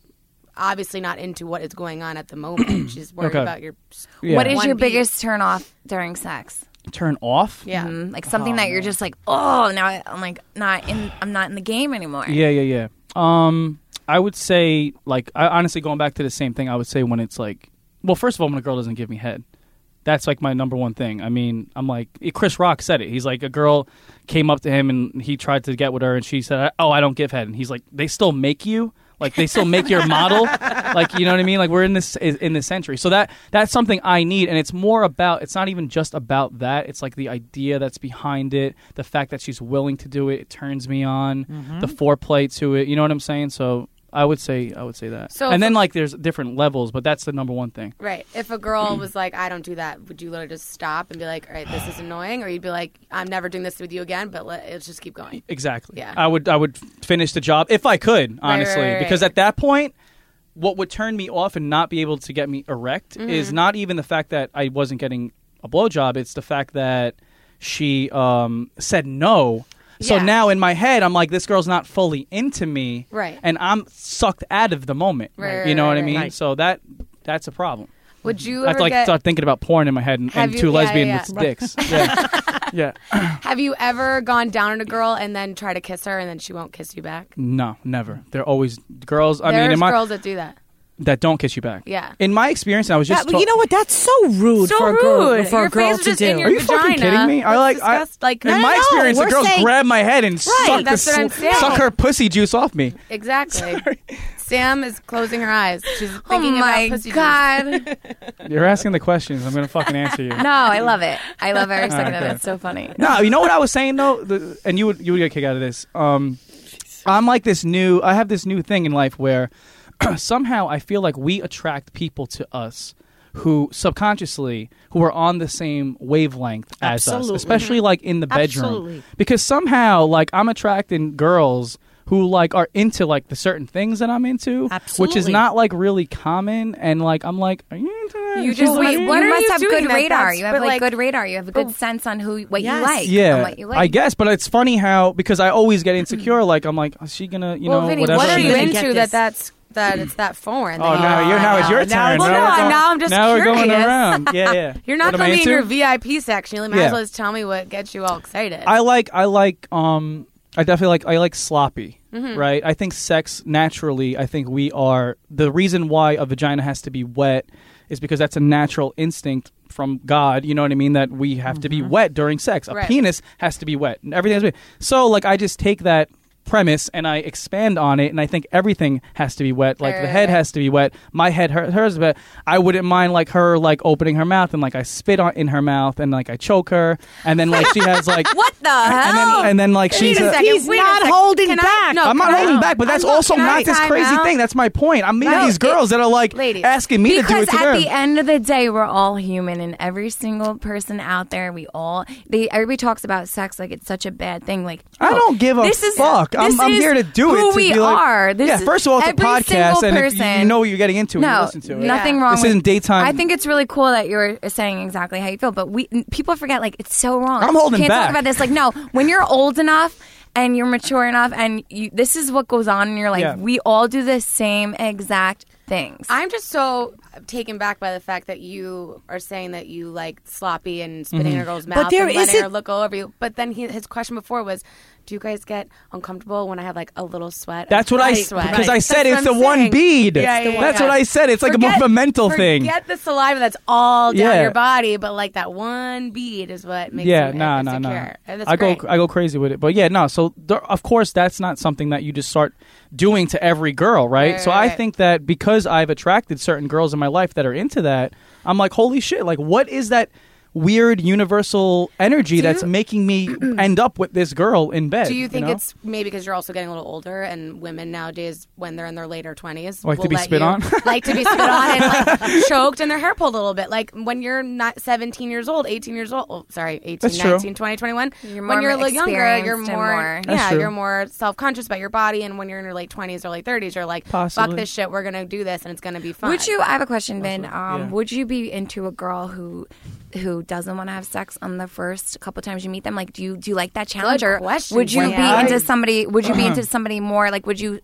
obviously not into what is going on at the moment. she's worried
Okay.
about your.
Yeah.
What is
One
your
bead.
biggest turn off during sex?
Turn off.
Yeah.
Mm, Like something that you're just like, oh, now I- I'm like not in, I'm not in the game anymore.
Yeah, yeah, yeah. Um, I would say like I honestly going back to the same thing. I would say when it's like, well, first of all, when a girl doesn't give me head, that's like my number one thing. I mean, I'm like Chris Rock said it. He's like a girl came up to him and he tried to get with her, and she said, "Oh, I don't give head," and he's like, "They still make you." Like they still make your model, like you know what I mean. Like we're in this in this century, so that that's something I need, and it's more about. It's not even just about that. It's like the idea that's behind it, the fact that she's willing to do it. It turns me on. The foreplay to it, you know what I'm saying. So I would say I would say that.
So
and then
for-
like there's different levels, but that's the number one thing.
Right. If a girl was like, I don't do that, would you literally just stop and be like, all right, this is annoying? Or you'd be like, I'm never doing this with you again, but let, let's just keep going.
Exactly.
Yeah.
I would I would finish the job if I could, honestly,
right, right.
because at that point what would turn me off and not be able to get me erect
Mm-hmm.
is not even the fact that I wasn't getting a blowjob, it's the fact that she um, said no. So
Yeah.
now in my head I'm like this girl's not fully into me.
Right.
And I'm sucked out of the moment.
Right, right,
you know
right,
what I
right.
mean?
Right.
So that that's a problem.
Would you ever
I have to like
get,
start thinking about porn in my head and,
Have
and
you-
two
yeah,
lesbian
yeah,
with dicks. Yeah. yeah.
have you ever gone down on a girl and then try to kiss her and then she won't kiss you back?
No, never. They're always girls. I
There's
mean, in my,
girls that do that.
that don't kiss you back.
Yeah.
In my experience, I was just.
That, you know what? That's so rude
So
for a girl,
rude.
For
Your
a girl
face
to
was just
do.
in your
Are you fucking
vagina.
kidding me? I like.
That's
I,
disgust- like,
in
no,
my
no,
experience, the
we're
girls
saying-
grab my head and suck the
that's what I'm
sl-
saying.
suck her pussy juice off me.
Exactly. Sam is closing her eyes. She's
Oh
thinking
my
about pussy juice.
god!
You're asking the questions. I'm gonna fucking answer you.
no, I love it. I love every second of
Okay.
it. It's so funny.
no, you know what I was saying though, the, and you would you would get a kick out of this. Um, I'm like this new. I have this new thing in life where somehow I feel like we attract people to us who subconsciously who are on the same wavelength as
Absolutely. Mm-hmm.
us, especially like in the bedroom.
Absolutely.
Because somehow, like I'm attracting girls who like are into like the certain things that I'm into, which is
Absolutely.
not like really common. And like I'm like, are you into that?
You
Is
just-
that
Wait,
you?
what
you
are
must
you
have
doing?
good
Like,
radar.
that's-
You have
but,
like,
like-
good radar. You have a good sense on who what you
Yes.
like.
oh, yeah,
and what you like.
I guess, but it's funny how because I always get insecure. Like I'm like, is she gonna, you
Hmm. well,
know,
Vinny,
whatever.
what are
I'm
you
gonna get
into
this.
that that's that it's that foreign?
Oh
that
no,
you-
you're now it's
Now
your turn.
it's your
we're
turn.
going-
Now I'm just
now we're going
curious.
around. Yeah, yeah.
You're not
What am I
going to be in your
into?
VIP section. You might
Yeah.
as well just tell me what gets you all excited.
I like I like um I definitely like I like sloppy, right? I think sex naturally, I think we are the reason why a vagina has to be wet is because that's a natural instinct from God, you know what I mean, that we have to be wet during sex. A
Right.
penis has to be wet. And everything has to be. So like I just take that premise and I expand on it and I think everything has to be wet. Like
Right,
the
right,
head
right.
has to be wet. My head her, hers is wet. I wouldn't mind like her like opening her mouth and like I spit on in her mouth and like I choke her and then like she has like
What the hell?
and then, and then like she's
Oh. Wait a
a-
second,
He's
wait a
not
second.
holding
Can I-
back.
no,
I'm not
can I-
holding back, but that's
I'm not-
also
can I
not this
time
crazy
out?
thing. That's my point. I'm meeting
No,
these
it-
girls that are like
Ladies.
asking me to do
because
it to
at
them.
the end of the day, we're all human, and every single person out there, we all they everybody talks about sex like it's such a bad thing. Like
I
no,
don't give a
this is,
fuck. I'm,
this
I'm
is
here to do
who
it. To
we
be like,
are. This
yeah,
is-
first of all, it's a
every
podcast,
single
and if you,
person-
you know what you're getting into.
no,
and you listen to it.
nothing
Yeah.
wrong.
This
with,
isn't daytime.
I think it's really cool that you're saying exactly how you feel, but we n- people forget like it's so wrong.
I'm holding
Can't
back.
talk about this. Like no, when you're old enough and you're mature enough, and you, this is what goes on in your life.
Yeah.
We all do the same exact things.
I'm just so taken back by the fact that you are saying that
Mm-hmm.
you like sloppy and spitting in a girl's mouth
there
and letting
isn't-
her look all over you. But then he, his question before was, do you guys get uncomfortable when I have like a little sweat?
That's what I
Slight sweat.
because I
That's
said
what
it's
I'm
the one
saying.
bead.
Yeah, yeah,
That's
yeah.
what I said. It's like a more of a mental thing.
Forget the saliva that's all down
Yeah.
your body, but like that one bead is what makes
yeah,
you
no, no,
insecure.
no.
And that's
I
great.
go, I go crazy with it. But yeah, no. So there, of course, that's not something that you just start doing to every girl, right?
Right,
so
right,
I
right.
think that because I've attracted certain girls in my life that are into that, I'm like, holy shit! Like, what is that weird universal energy that's making me end up with this girl in bed?
do you think
know?
it's maybe because you're also getting a little older and women nowadays, when they're in their later 20s,
Like to
will
be
let
spit
you-
on?
like to be spit on and like choked and their hair pulled a little bit. Like when you're not 17 years old, 18 years old, oh, sorry, 18,
That's true.
19, 20, 21,
You're
when
more
you're a little younger, you're
experienced and
more,
more-
That's
yeah,
true.
you're more self conscious about your body. And when you're in your late 20s or late 30s, you're like,
Possibly.
fuck this shit, we're going to do this and it's going to be fun.
Would you? I have a question, Ben.
what-
Um,
yeah.
Would you be into a girl who who doesn't want to have sex on the first couple times you meet them? Like, do you do you like that challenge, or
question,
would you
Gwen. Yeah.
be into somebody? Would you be into somebody more? Like, would you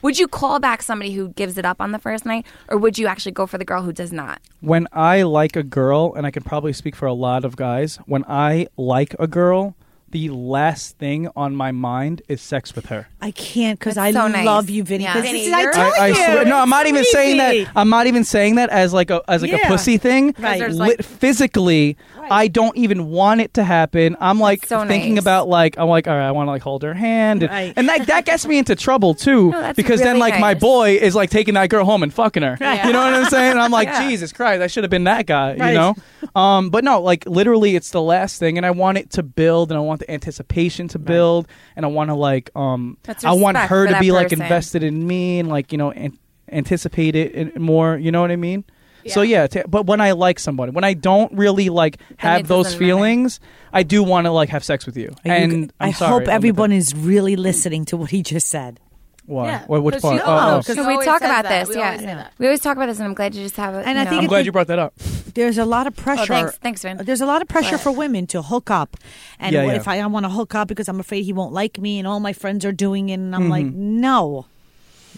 would you call back somebody who gives it up on the first night, or would you actually go for the girl who does not?
when I like a girl, and I can probably speak for a lot of guys, when I like a girl, the last thing on my mind is sex with her.
I can't because I
That's so nice.
love you, Vinny. 'cause
Yeah.
this
Vinny,
is- I
you're-
tell
I, I
you,
swear, no, I'm not even
it's
saying
easy.
that. I'm not even saying that as like a as like
Yeah.
a pussy thing.
Right.
there's,
Lit-
like-
physically, I don't even want it to happen. I'm like
That's so
thinking
nice.
about like I'm like all right, I want to like hold her hand, and,
Right.
and like that gets me into trouble too
No, that's
because then
really
like my
nice.
boy is like taking that girl home and fucking her.
Right.
You know what I'm saying? And I'm like Jesus Christ, I should have been that guy.
Right.
You know? Um, but no, like literally, it's the last thing, and I want it to build, and I want the anticipation to build, and I want to like um,
That's
I want
respect
her
for
to
that
be like
person.
invested interested in me and like you know an- anticipate it and more you know what i mean so yeah t- but when i like somebody when i don't really like have
it
those
doesn't matter.
feelings i do want to like have sex with you
Are you
and
g-
i'm
I
sorry
hope
don't let
everyone
that-
is really listening to what he just said.
why
Yeah,
Why- which
'cause
part
you-
oh,
no,
oh.
'cause-
So
We
we
always
talk
said
about
that.
this.
We
yeah,
always say that.
we always talk about this, and I'm glad you just have it.
And I
you
think
know.
i'm
it-
glad you brought that up
There's a lot of pressure.
thanks- thanks, Vin.
There's a lot of pressure for women to hook up, and
Yeah, yeah.
if I, I want to hook up because I'm afraid he won't like me, and all my friends are doing it, and I'm like, no,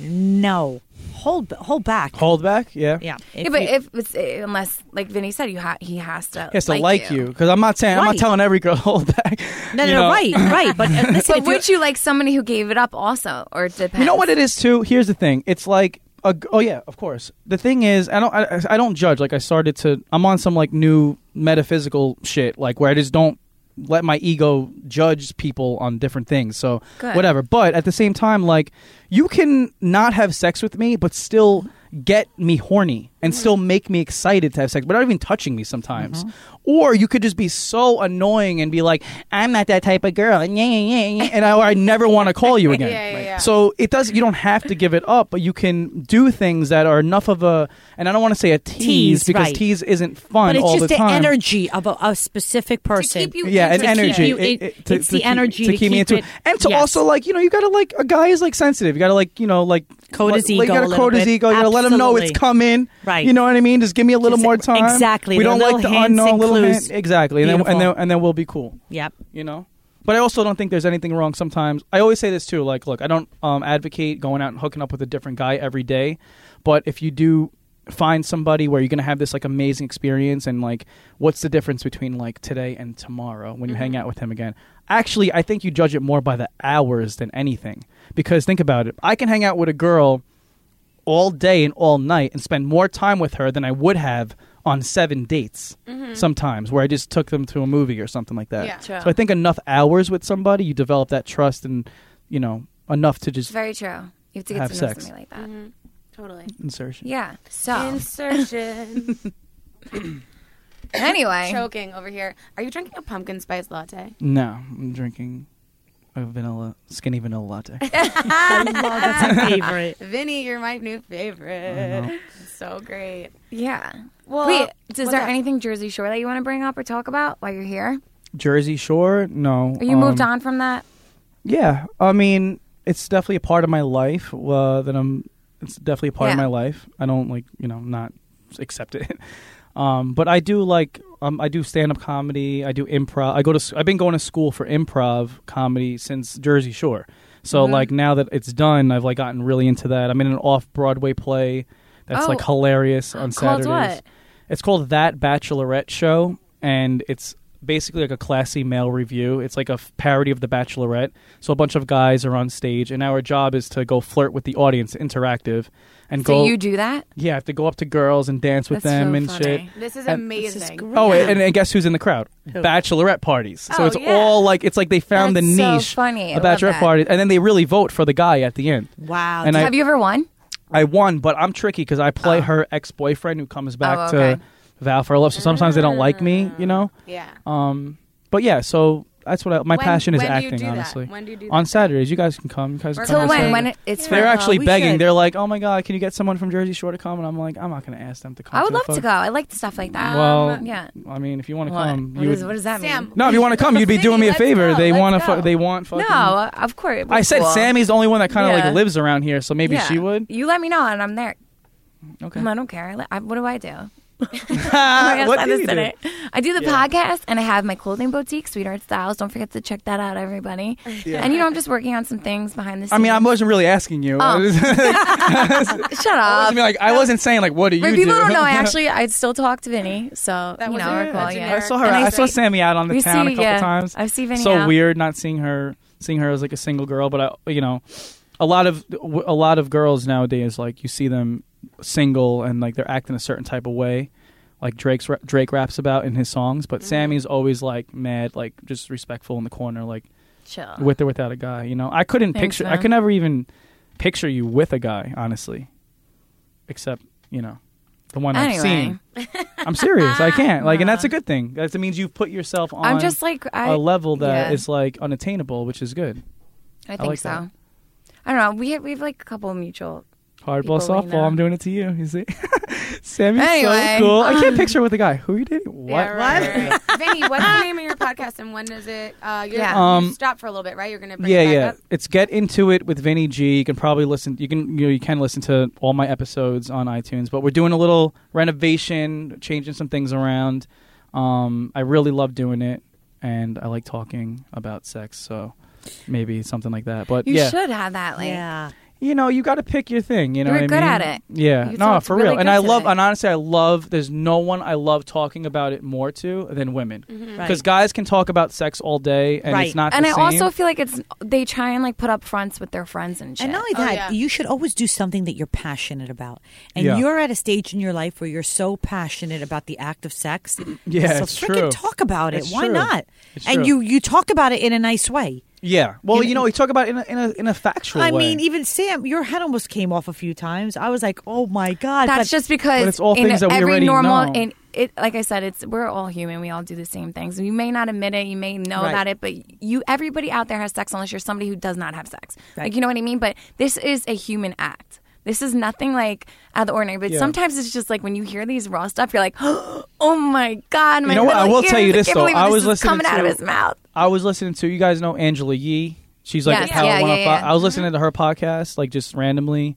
no, hold hold back.
hold back yeah
yeah,
yeah, but
you-
if it's, eh, unless, like Vinny said, you ha- he has to.
he has to like you because i'm not saying i'm
Right.
not telling every girl to hold back
no, no,
you
no,
know?
right, right. But uh, listen,
But
if you-
would you like somebody who gave it up also, or it depends?
You know what it is too. Here's the thing. It's like a, g- oh yeah, of course. The thing is, I don't I, I don't judge. Like I started to. I'm on some like new metaphysical shit. Like where I just don't let my ego judge people on different things. So
Good.
whatever. But at the same time, like you can not have sex with me, but still get me horny and still make me excited to have sex without even touching me sometimes. Or you could just be so annoying and be like, I'm not that type of girl. And yeah, yeah, yeah, yeah. And I, or I never want to call you again.
Yeah, yeah, yeah.
So it does. You don't have to give it up, but you can do things that are enough of a. And I don't want to say a tease,
Tease,
because
right.
tease isn't fun
but it's
all
just
the
the,
time.
energy of a, a specific person.
keep you-
Yeah, and
To keep
energy.
you- it- it's the
keep-
energy
to
to
keep, me
keep
into
it-
and to
yes.
also like you know you gotta like a guy is like sensitive. You gotta like you know like
Coat his
like, you
ego
gotta
a little
coat his
bit.
ego. You gotta let him know it's
Absolutely.
coming.
Right.
You know what I mean? Just give me a little
Just-
more time.
exactly.
We
The
don't like
little
the
hints
unknown
and
little
clues.
hint. Exactly. And then, and then
Beautiful.
and then we'll be cool
Yep.
you know but i also don't think there's anything wrong sometimes i always say this too like look i don't um, advocate going out and hooking up with a different guy every day but if you do find somebody where you're going to have this like amazing experience and like what's the difference between like today and tomorrow when you
Mm-hmm.
hang out with him again actually i think you judge it more by the hours than anything because think about it i can hang out with a girl all day and all night and spend more time with her than I would have on seven dates sometimes where I just took them to a movie or something like that.
Mm-hmm. Yeah. True.
So I think enough hours with somebody, you develop that trust and, you know, enough to just
It's very true. You have to get
Have
to know
sex.
somebody like that.
Mm-hmm. Totally.
insertion.
Yeah. So
Insertion.
anyway,
Choking over here. Are you drinking a pumpkin spice latte?
No, I'm drinking a vanilla, skinny vanilla latte.
I love that's my favorite.
Vinny, you're my new favorite. So great.
yeah.
Well,
Wait, is
what's
there
up?
anything Jersey Shore that you want to bring up or talk about while you're here?
Jersey Shore? No.
Or you moved
um,
on from that?
Yeah, I mean, it's definitely a part of my life uh, that I'm. It's definitely a part of
Yeah.
my life. I don't like you know not accept it, um, but I do like um, I do stand up comedy. I do improv. I go to s- I've been going to school for improv comedy since Jersey Shore. So
Mm-hmm.
like now that it's done, I've like gotten really into that. I'm in an off Broadway play that's
Oh.
like hilarious on
Called
Saturdays.
what?
It's called That Bachelorette Show, and it's basically like a classy male review. It's like a f- parody of The Bachelorette. So a bunch of guys are on stage, and our job is to go flirt with the audience, interactive, and
So
go.
you do that?
yeah, I have to go up to girls and dance with
That's so
them and
funny.
shit.
This is
Um,
amazing.
Oh, and, and guess who's in the crowd? Bachelorette parties. So
Oh,
it's
yeah.
all like it's like they found
That's
the
so
niche.
funny. I
A
love
bachelorette
that.
party, and then they really vote for the guy at the end.
wow.
And I,
Have you ever won?
I won, but I'm tricky because I play her ex boyfriend who comes back
Oh, okay.
to Val for love. So sometimes they don't like me, you know.
yeah.
Um, but yeah, so that's what I, my
When-
passion is
when do you
acting.
do that?
honestly,
When do you do
on
that?
Saturdays, you guys can come. You guys
Or
can
Till
come on
when?
Saturday.
When
it- it's
They're
for-
actually
we
begging.
should.
They're like, "Oh my god, can you get someone from Jersey Shore to come?" And I'm like, "I'm not going to ask them to come."
I would
to the
love to
fuck-
go. I like stuff like that.
Well,
yeah.
I mean, if you want to
What?
come,
What
you
is-
would-
what does that
Sam.
mean?
no, if you want to come, you'd be
Sydney,
doing me a
let's
favor.
go,
they
let's
want to.
go.
Fu- they want fucking.
No, of course. it would
I
be
said
cool.
Sammy's the only one that kind of
Yeah.
like lives around here, so maybe
Yeah.
she would.
You let me know, and I'm there.
Okay.
I don't care. I li- I, what do I do? I guess
what
I
do
just
you
did
do?
it. I do the podcast and I have my clothing boutique, Sweetheart Styles. Don't forget to check that out, everybody. And you know, I'm just working on some things behind the scenes.
I mean, I wasn't really asking
Oh,
you. I was-
shut
I
up.
mean, like, I wasn't saying like, what do you
uh, But
do?
people don't know. I actually, I still talk to Vinny, so
That
you
was
know,
a-
we're cool.
a
Yeah.
I saw her.
And
I saw
see-
Sammy out on the
we
town
see-
a couple
yeah,
times.
I've seen Vinny
So
out.
weird not seeing her, seeing her as like a single girl. But I, you know, a lot of a lot of girls nowadays, like you see them single and like they're acting a certain type of way, like Drake's ra- Drake raps about in his songs.
Mm-hmm.
But Sammy's always like mad, like just respectful in the corner, like
Chill.
with or without a guy. You know, I couldn't
Thanks,
picture. I
man.
could never even picture you with a guy, honestly. Except you know, the one I've
Anyway.
seen. I'm serious. I can't. Like, and that's a good thing. That means you've put yourself on.
I'm just like I,
a level that is
yeah.
like unattainable, which is good.
I think
like
so.
that.
I don't know. We have, we have like a couple of mutual.
Hardball
People we
softball.
know.
I'm doing it to you. You see, Sammy's
Anyway.
so cool. I can't picture with a guy. Who are you dating? What?
Yeah, right, right, right. Vinny, what's the name of your podcast and when is it? Uh, you're,
Yeah.
you
Um,
stop for a little bit, right? You're going to bring
Yeah,
it back
yeah.
up?
It's get into it with Vinny G. You can probably listen. You can you, know, you can listen to all my episodes on iTunes. But we're doing a little renovation, changing some things around. Um, I really love doing it, and I like talking about sex. So maybe something like that. But
You
yeah,
should have that. Like,
yeah.
you know, you got to pick your thing. You know,
You're
what
good
I
at
mean?
it.
Yeah,
You
no,
felt
for
really
real. And
good
I
at
love,
it.
and honestly, I love. There's no one I love talking about it more to than women, because
Right.
guys can talk about sex all day, and
Right.
it's not.
Mm-hmm. and
the
I
same.
also feel like it's they try and like put up fronts with their friends and shit.
And not only
Oh,
that,
yeah.
you should always do something that you're passionate about. And
Yeah.
you're at a stage in your life where you're so passionate about the act of sex.
Yeah,
so
it's
freaking
true.
talk about it.
It's
Why
true.
not?
It's
and
true.
you you talk about it in a nice way.
yeah. Well,
You-
you know, we talk about it in a in a, in a factual
I
way.
mean, e even Sam, your head almost came off a few times. I was like, "Oh my god!"
That's
but-
just because
But it's all
in
things that we
every
already
normal
know.
in it like I said, it's we're all human. We all do the same things. You may not admit it, you may know
Right.
about it, but you everybody out there has sex unless you're somebody who does not have sex.
Right.
Like you know what I mean? But this is a human act. This is nothing like out of the ordinary. But
Yeah.
sometimes it's just like when you hear these raw stuff, you're like, Oh my god, my
know what? I
little
will tell
ears,
you this,
can't
though.
believe
I
this
was
is
listening
coming out of
to-
his mouth.
I was listening to you guys know Angela Yee. She's like
Yes.
a Power
Yeah, yeah,
105.
yeah.
Mm-hmm.
I was listening to her podcast like just randomly,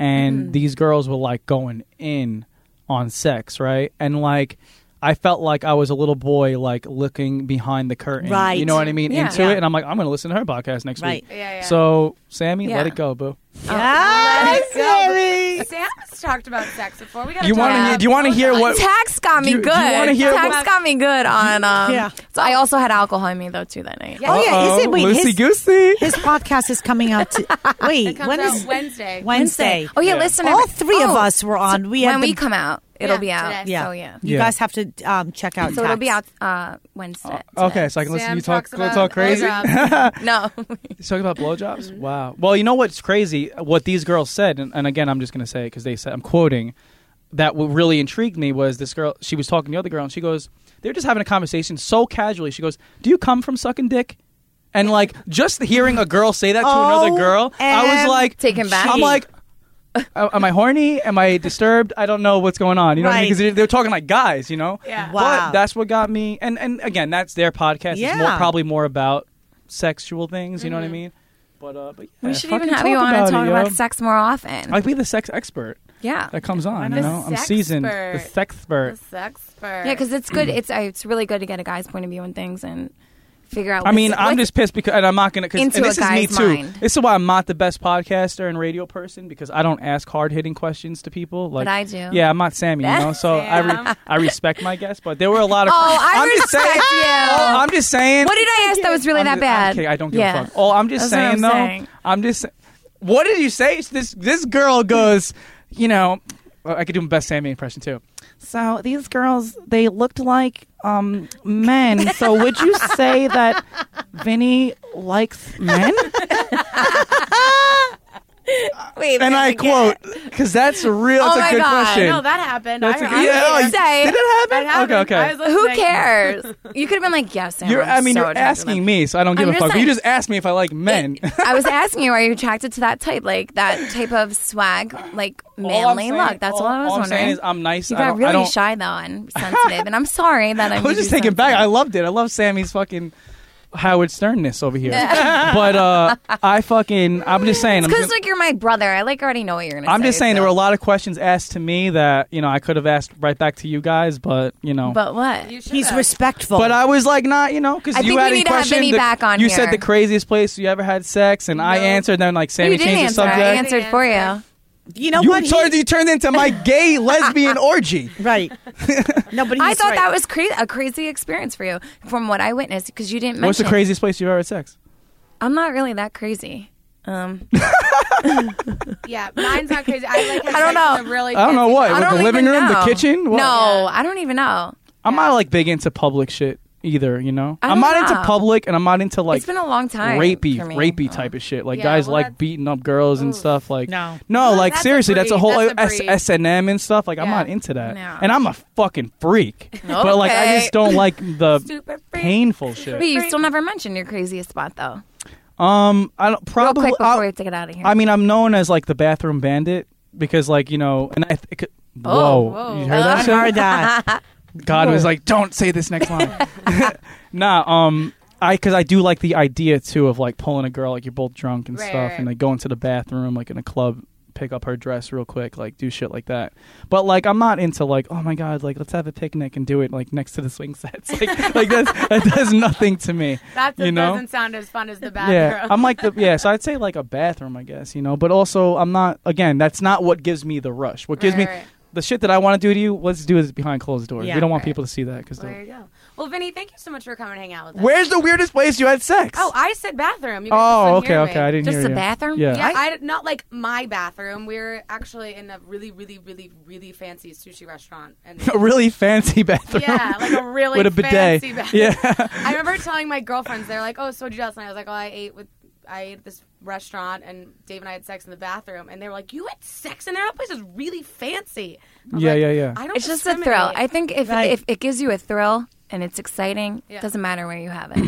and
Mm-hmm.
these girls were like going in on sex, right? And like I felt like I was a little boy like looking behind the curtain,
Right.
You know what I mean?
Yeah.
Into
Yeah.
it, and I'm like, I'm gonna listen to her podcast next
Right.
week.
Yeah, yeah.
So Sammy,
Yeah.
let it go, boo.
Ah,
Let it go.
Sammy.
Sam's talked about sex before. We got
You
wanna
want
hear-
to
do you wanna hear what-
Tax got me
Do you- do
good.
you wanna hear
Tax
what-
got me good on um
Yeah.
so I also had alcohol in me though too that night.
Yeah.
Oh yeah, is it? Wait,
Lucy
his,
Goosey.
his podcast is coming out. To, wait,
It comes
when
out
is
Wednesday.
Wednesday?
Oh yeah,
Yeah.
listen.
All
every-
three of
Oh,
us were on. We had
when
the-
we come out, it'll
Yeah,
be out.
today.
Yeah.
Yeah.
So yeah.
You
Yeah.
guys have to um, check out.
So it'll be out
Tax.
uh, Wednesday.
Okay, so I can listen to you talk talk crazy.
No.
He's talking about blowjobs. Wow. Well, you know what's crazy? What these girls said, and, and again, I'm just going to say because they said I'm quoting. That what really intrigued me was this girl. She was talking to the other girl, and she goes, "They're just having a conversation so casually." She goes, "Do you come from sucking dick?" And like just hearing a girl say that to another girl, I was like,
Taken back.
I'm like. "A- Am I horny? Am I disturbed? I don't know what's going on. You know,
Right.
because they're talking like guys. You know,
Yeah.
Wow.
But that's what got me. And and again, that's their podcast. It's more
Yeah.
probably more about sexual things. You know what I mean? But uh, but yeah,
Mm-hmm. we should
fucking
even have you on
about
and talk
it,
about
yo.
sex more often.
I'd be the sex expert
yeah.
that comes on. You
The
know, I'm seasoned. The
sexpert.
sex expert.
Sex expert.
Yeah, because it's good. It's uh, it's really good to get a guy's point of view on things and. figure out.
I
what's-
mean, I'm
what's-
just pissed because, and I'm not gonna. Cause, and
Into a
this is me
guy's
too.
mind.
This is why I'm not the best podcaster and radio person because I don't ask hard hitting questions to people. Like
I do.
Yeah, I'm not Sammy, you know. So I re-
Sam.
I respect my guests, but there were a lot of.
Oh, I
am
respect
just saying,
you.
Oh, I'm just saying.
What did I ask that was really
I'm
that
just-
bad?
I'm kidding. I don't give
Yeah.
a fuck. Oh, I'm just
That's what
saying
I'm
though.
saying.
I'm just. What did you say? This this girl goes. You know, I could do my best Sammy impression too. So these girls, they looked like um, men. So would you say that Vinny likes men?
Wait,
And I quote, because that's a real.
Oh
That's
my
a good
God.
question.
No, that happened.
That's
I,
a-
I-
yeah,
I-
oh, you-
say-
did it
that
happen?
happened.
Okay, okay.
I was
Who
listening.
cares? You could have been like, yes, Sam.
You're,
I'm
I mean,
so
you're
attracted to
asking
them.
me, so I don't give
I'm
a
just
fuck. But you
saying-
just asked me if I like men.
I was asking you, are you attracted to that type, like that type of swag, like
All I'm
manly
saying-
look? That's all, I was
all I'm
wondering.
saying is I'm nice.
you
I
got
don't, I
really
don't,
shy though and sensitive, and I'm sorry that I'm.
I was just taken back. I loved it. I love Sammy's fucking Howard Sternness over here. but uh, I fucking, I'm just saying. I'm,
because like you're my brother. I like already know what you're gonna.
I'm
say,
just saying
so.
there were a lot of questions asked to me that you know I could have asked right back to you guys, but you know.
But what?
You should've.
He's respectful.
But uh, I was like, not, you know, because
I
you
think we
had a
need to have
question.
Vinny
the-
back on
you
here.
said the craziest place you ever had sex, and I answered. Then like Sammy
you didn't
changed
answer.
the subject.
I answered for you.
you know
You
what? He-
turned you turned into my gay lesbian orgy.
right. no, but he's
I thought
right.
that was cra- a crazy experience for you, from what I witnessed, because you didn't mention.
What's the craziest place you've ever had sex?
I'm not really that crazy. Um,
Yeah, mine's not crazy. I like.
I don't know.
Really,
I don't know
fancy-
what.
I
With
don't
the living
even
room, the
know.
kitchen? What?
No, I don't even know.
I'm not like big into public shit either. You know,
I
I'm
don't
not into
know.
public, and I'm not into like
it's been a long time.
rapey,
for me.
rapey type of shit. Like
Yeah,
guys
well,
like
that's-
beating up girls and stuff. Like
No.
no,
No,
like
that's a
seriously, that's a
breed.
whole
That's a breed.
S and M and stuff. Like I'm
Yeah.
not into that,
No.
and I'm a fucking freak. But like I
Okay.
just don't like the
Super freak.
painful
Wait,
shit.
you still never mentioned your craziest spot though.
Um, I don't
Real
probably.
quick before
I'll-
we have to get out of here.
I mean, I'm known as like the bathroom bandit because like you know, and I. Th- it could- Whoa.
Oh, whoa.
You heard that?
I
shit?
heard that.
God was like, "Don't say this next line." nah, um, I because I do like the idea too of like pulling a girl, like you're both drunk and
Right,
stuff,
right.
and like going to the bathroom, like in a club, pick up her dress real quick, like do shit like that. But like, I'm not into like, oh my god, like let's have a picnic and do it like next to the swing sets, like like that's, that does nothing to me.
That
you know?
doesn't sound as fun as the
Yeah,
bathroom.
I'm like the yeah. So I'd say like a bathroom, I guess you know. But also, I'm not again. That's not what gives me the rush. What gives
Right,
me
right.
the shit that I want to do to you. Let's do this behind closed doors.
Yeah.
we don't want
Right.
people to see that because
There you go. Well, Vinny, thank you so much for coming and hang out with us.
Where's the weirdest place you had sex?
Oh, I said bathroom. You guys
Oh,
just didn't
okay,
hear me.
okay. I didn't
Just
hear
the
you.
bathroom?
Yeah.
Yeah, I, not like my bathroom. We are actually in a really, really, really, really fancy sushi restaurant. And
a really fancy bathroom.
yeah, like a really
with a bidet.
fancy bathroom.
Yeah.
I remember telling my girlfriends, they're like, "Oh, so what did you do last night?" I was like, "Oh, I ate with, I ate at this restaurant, and Dave and I had sex in the bathroom." And they were like, "You had sex in there? That place is really fancy." I was
Yeah,
like,
yeah, yeah.
I don't.
it's just a thrill. I
discriminate."
think if
Right.
if it gives you a thrill and it's exciting,
Yeah.
it doesn't matter where you have it.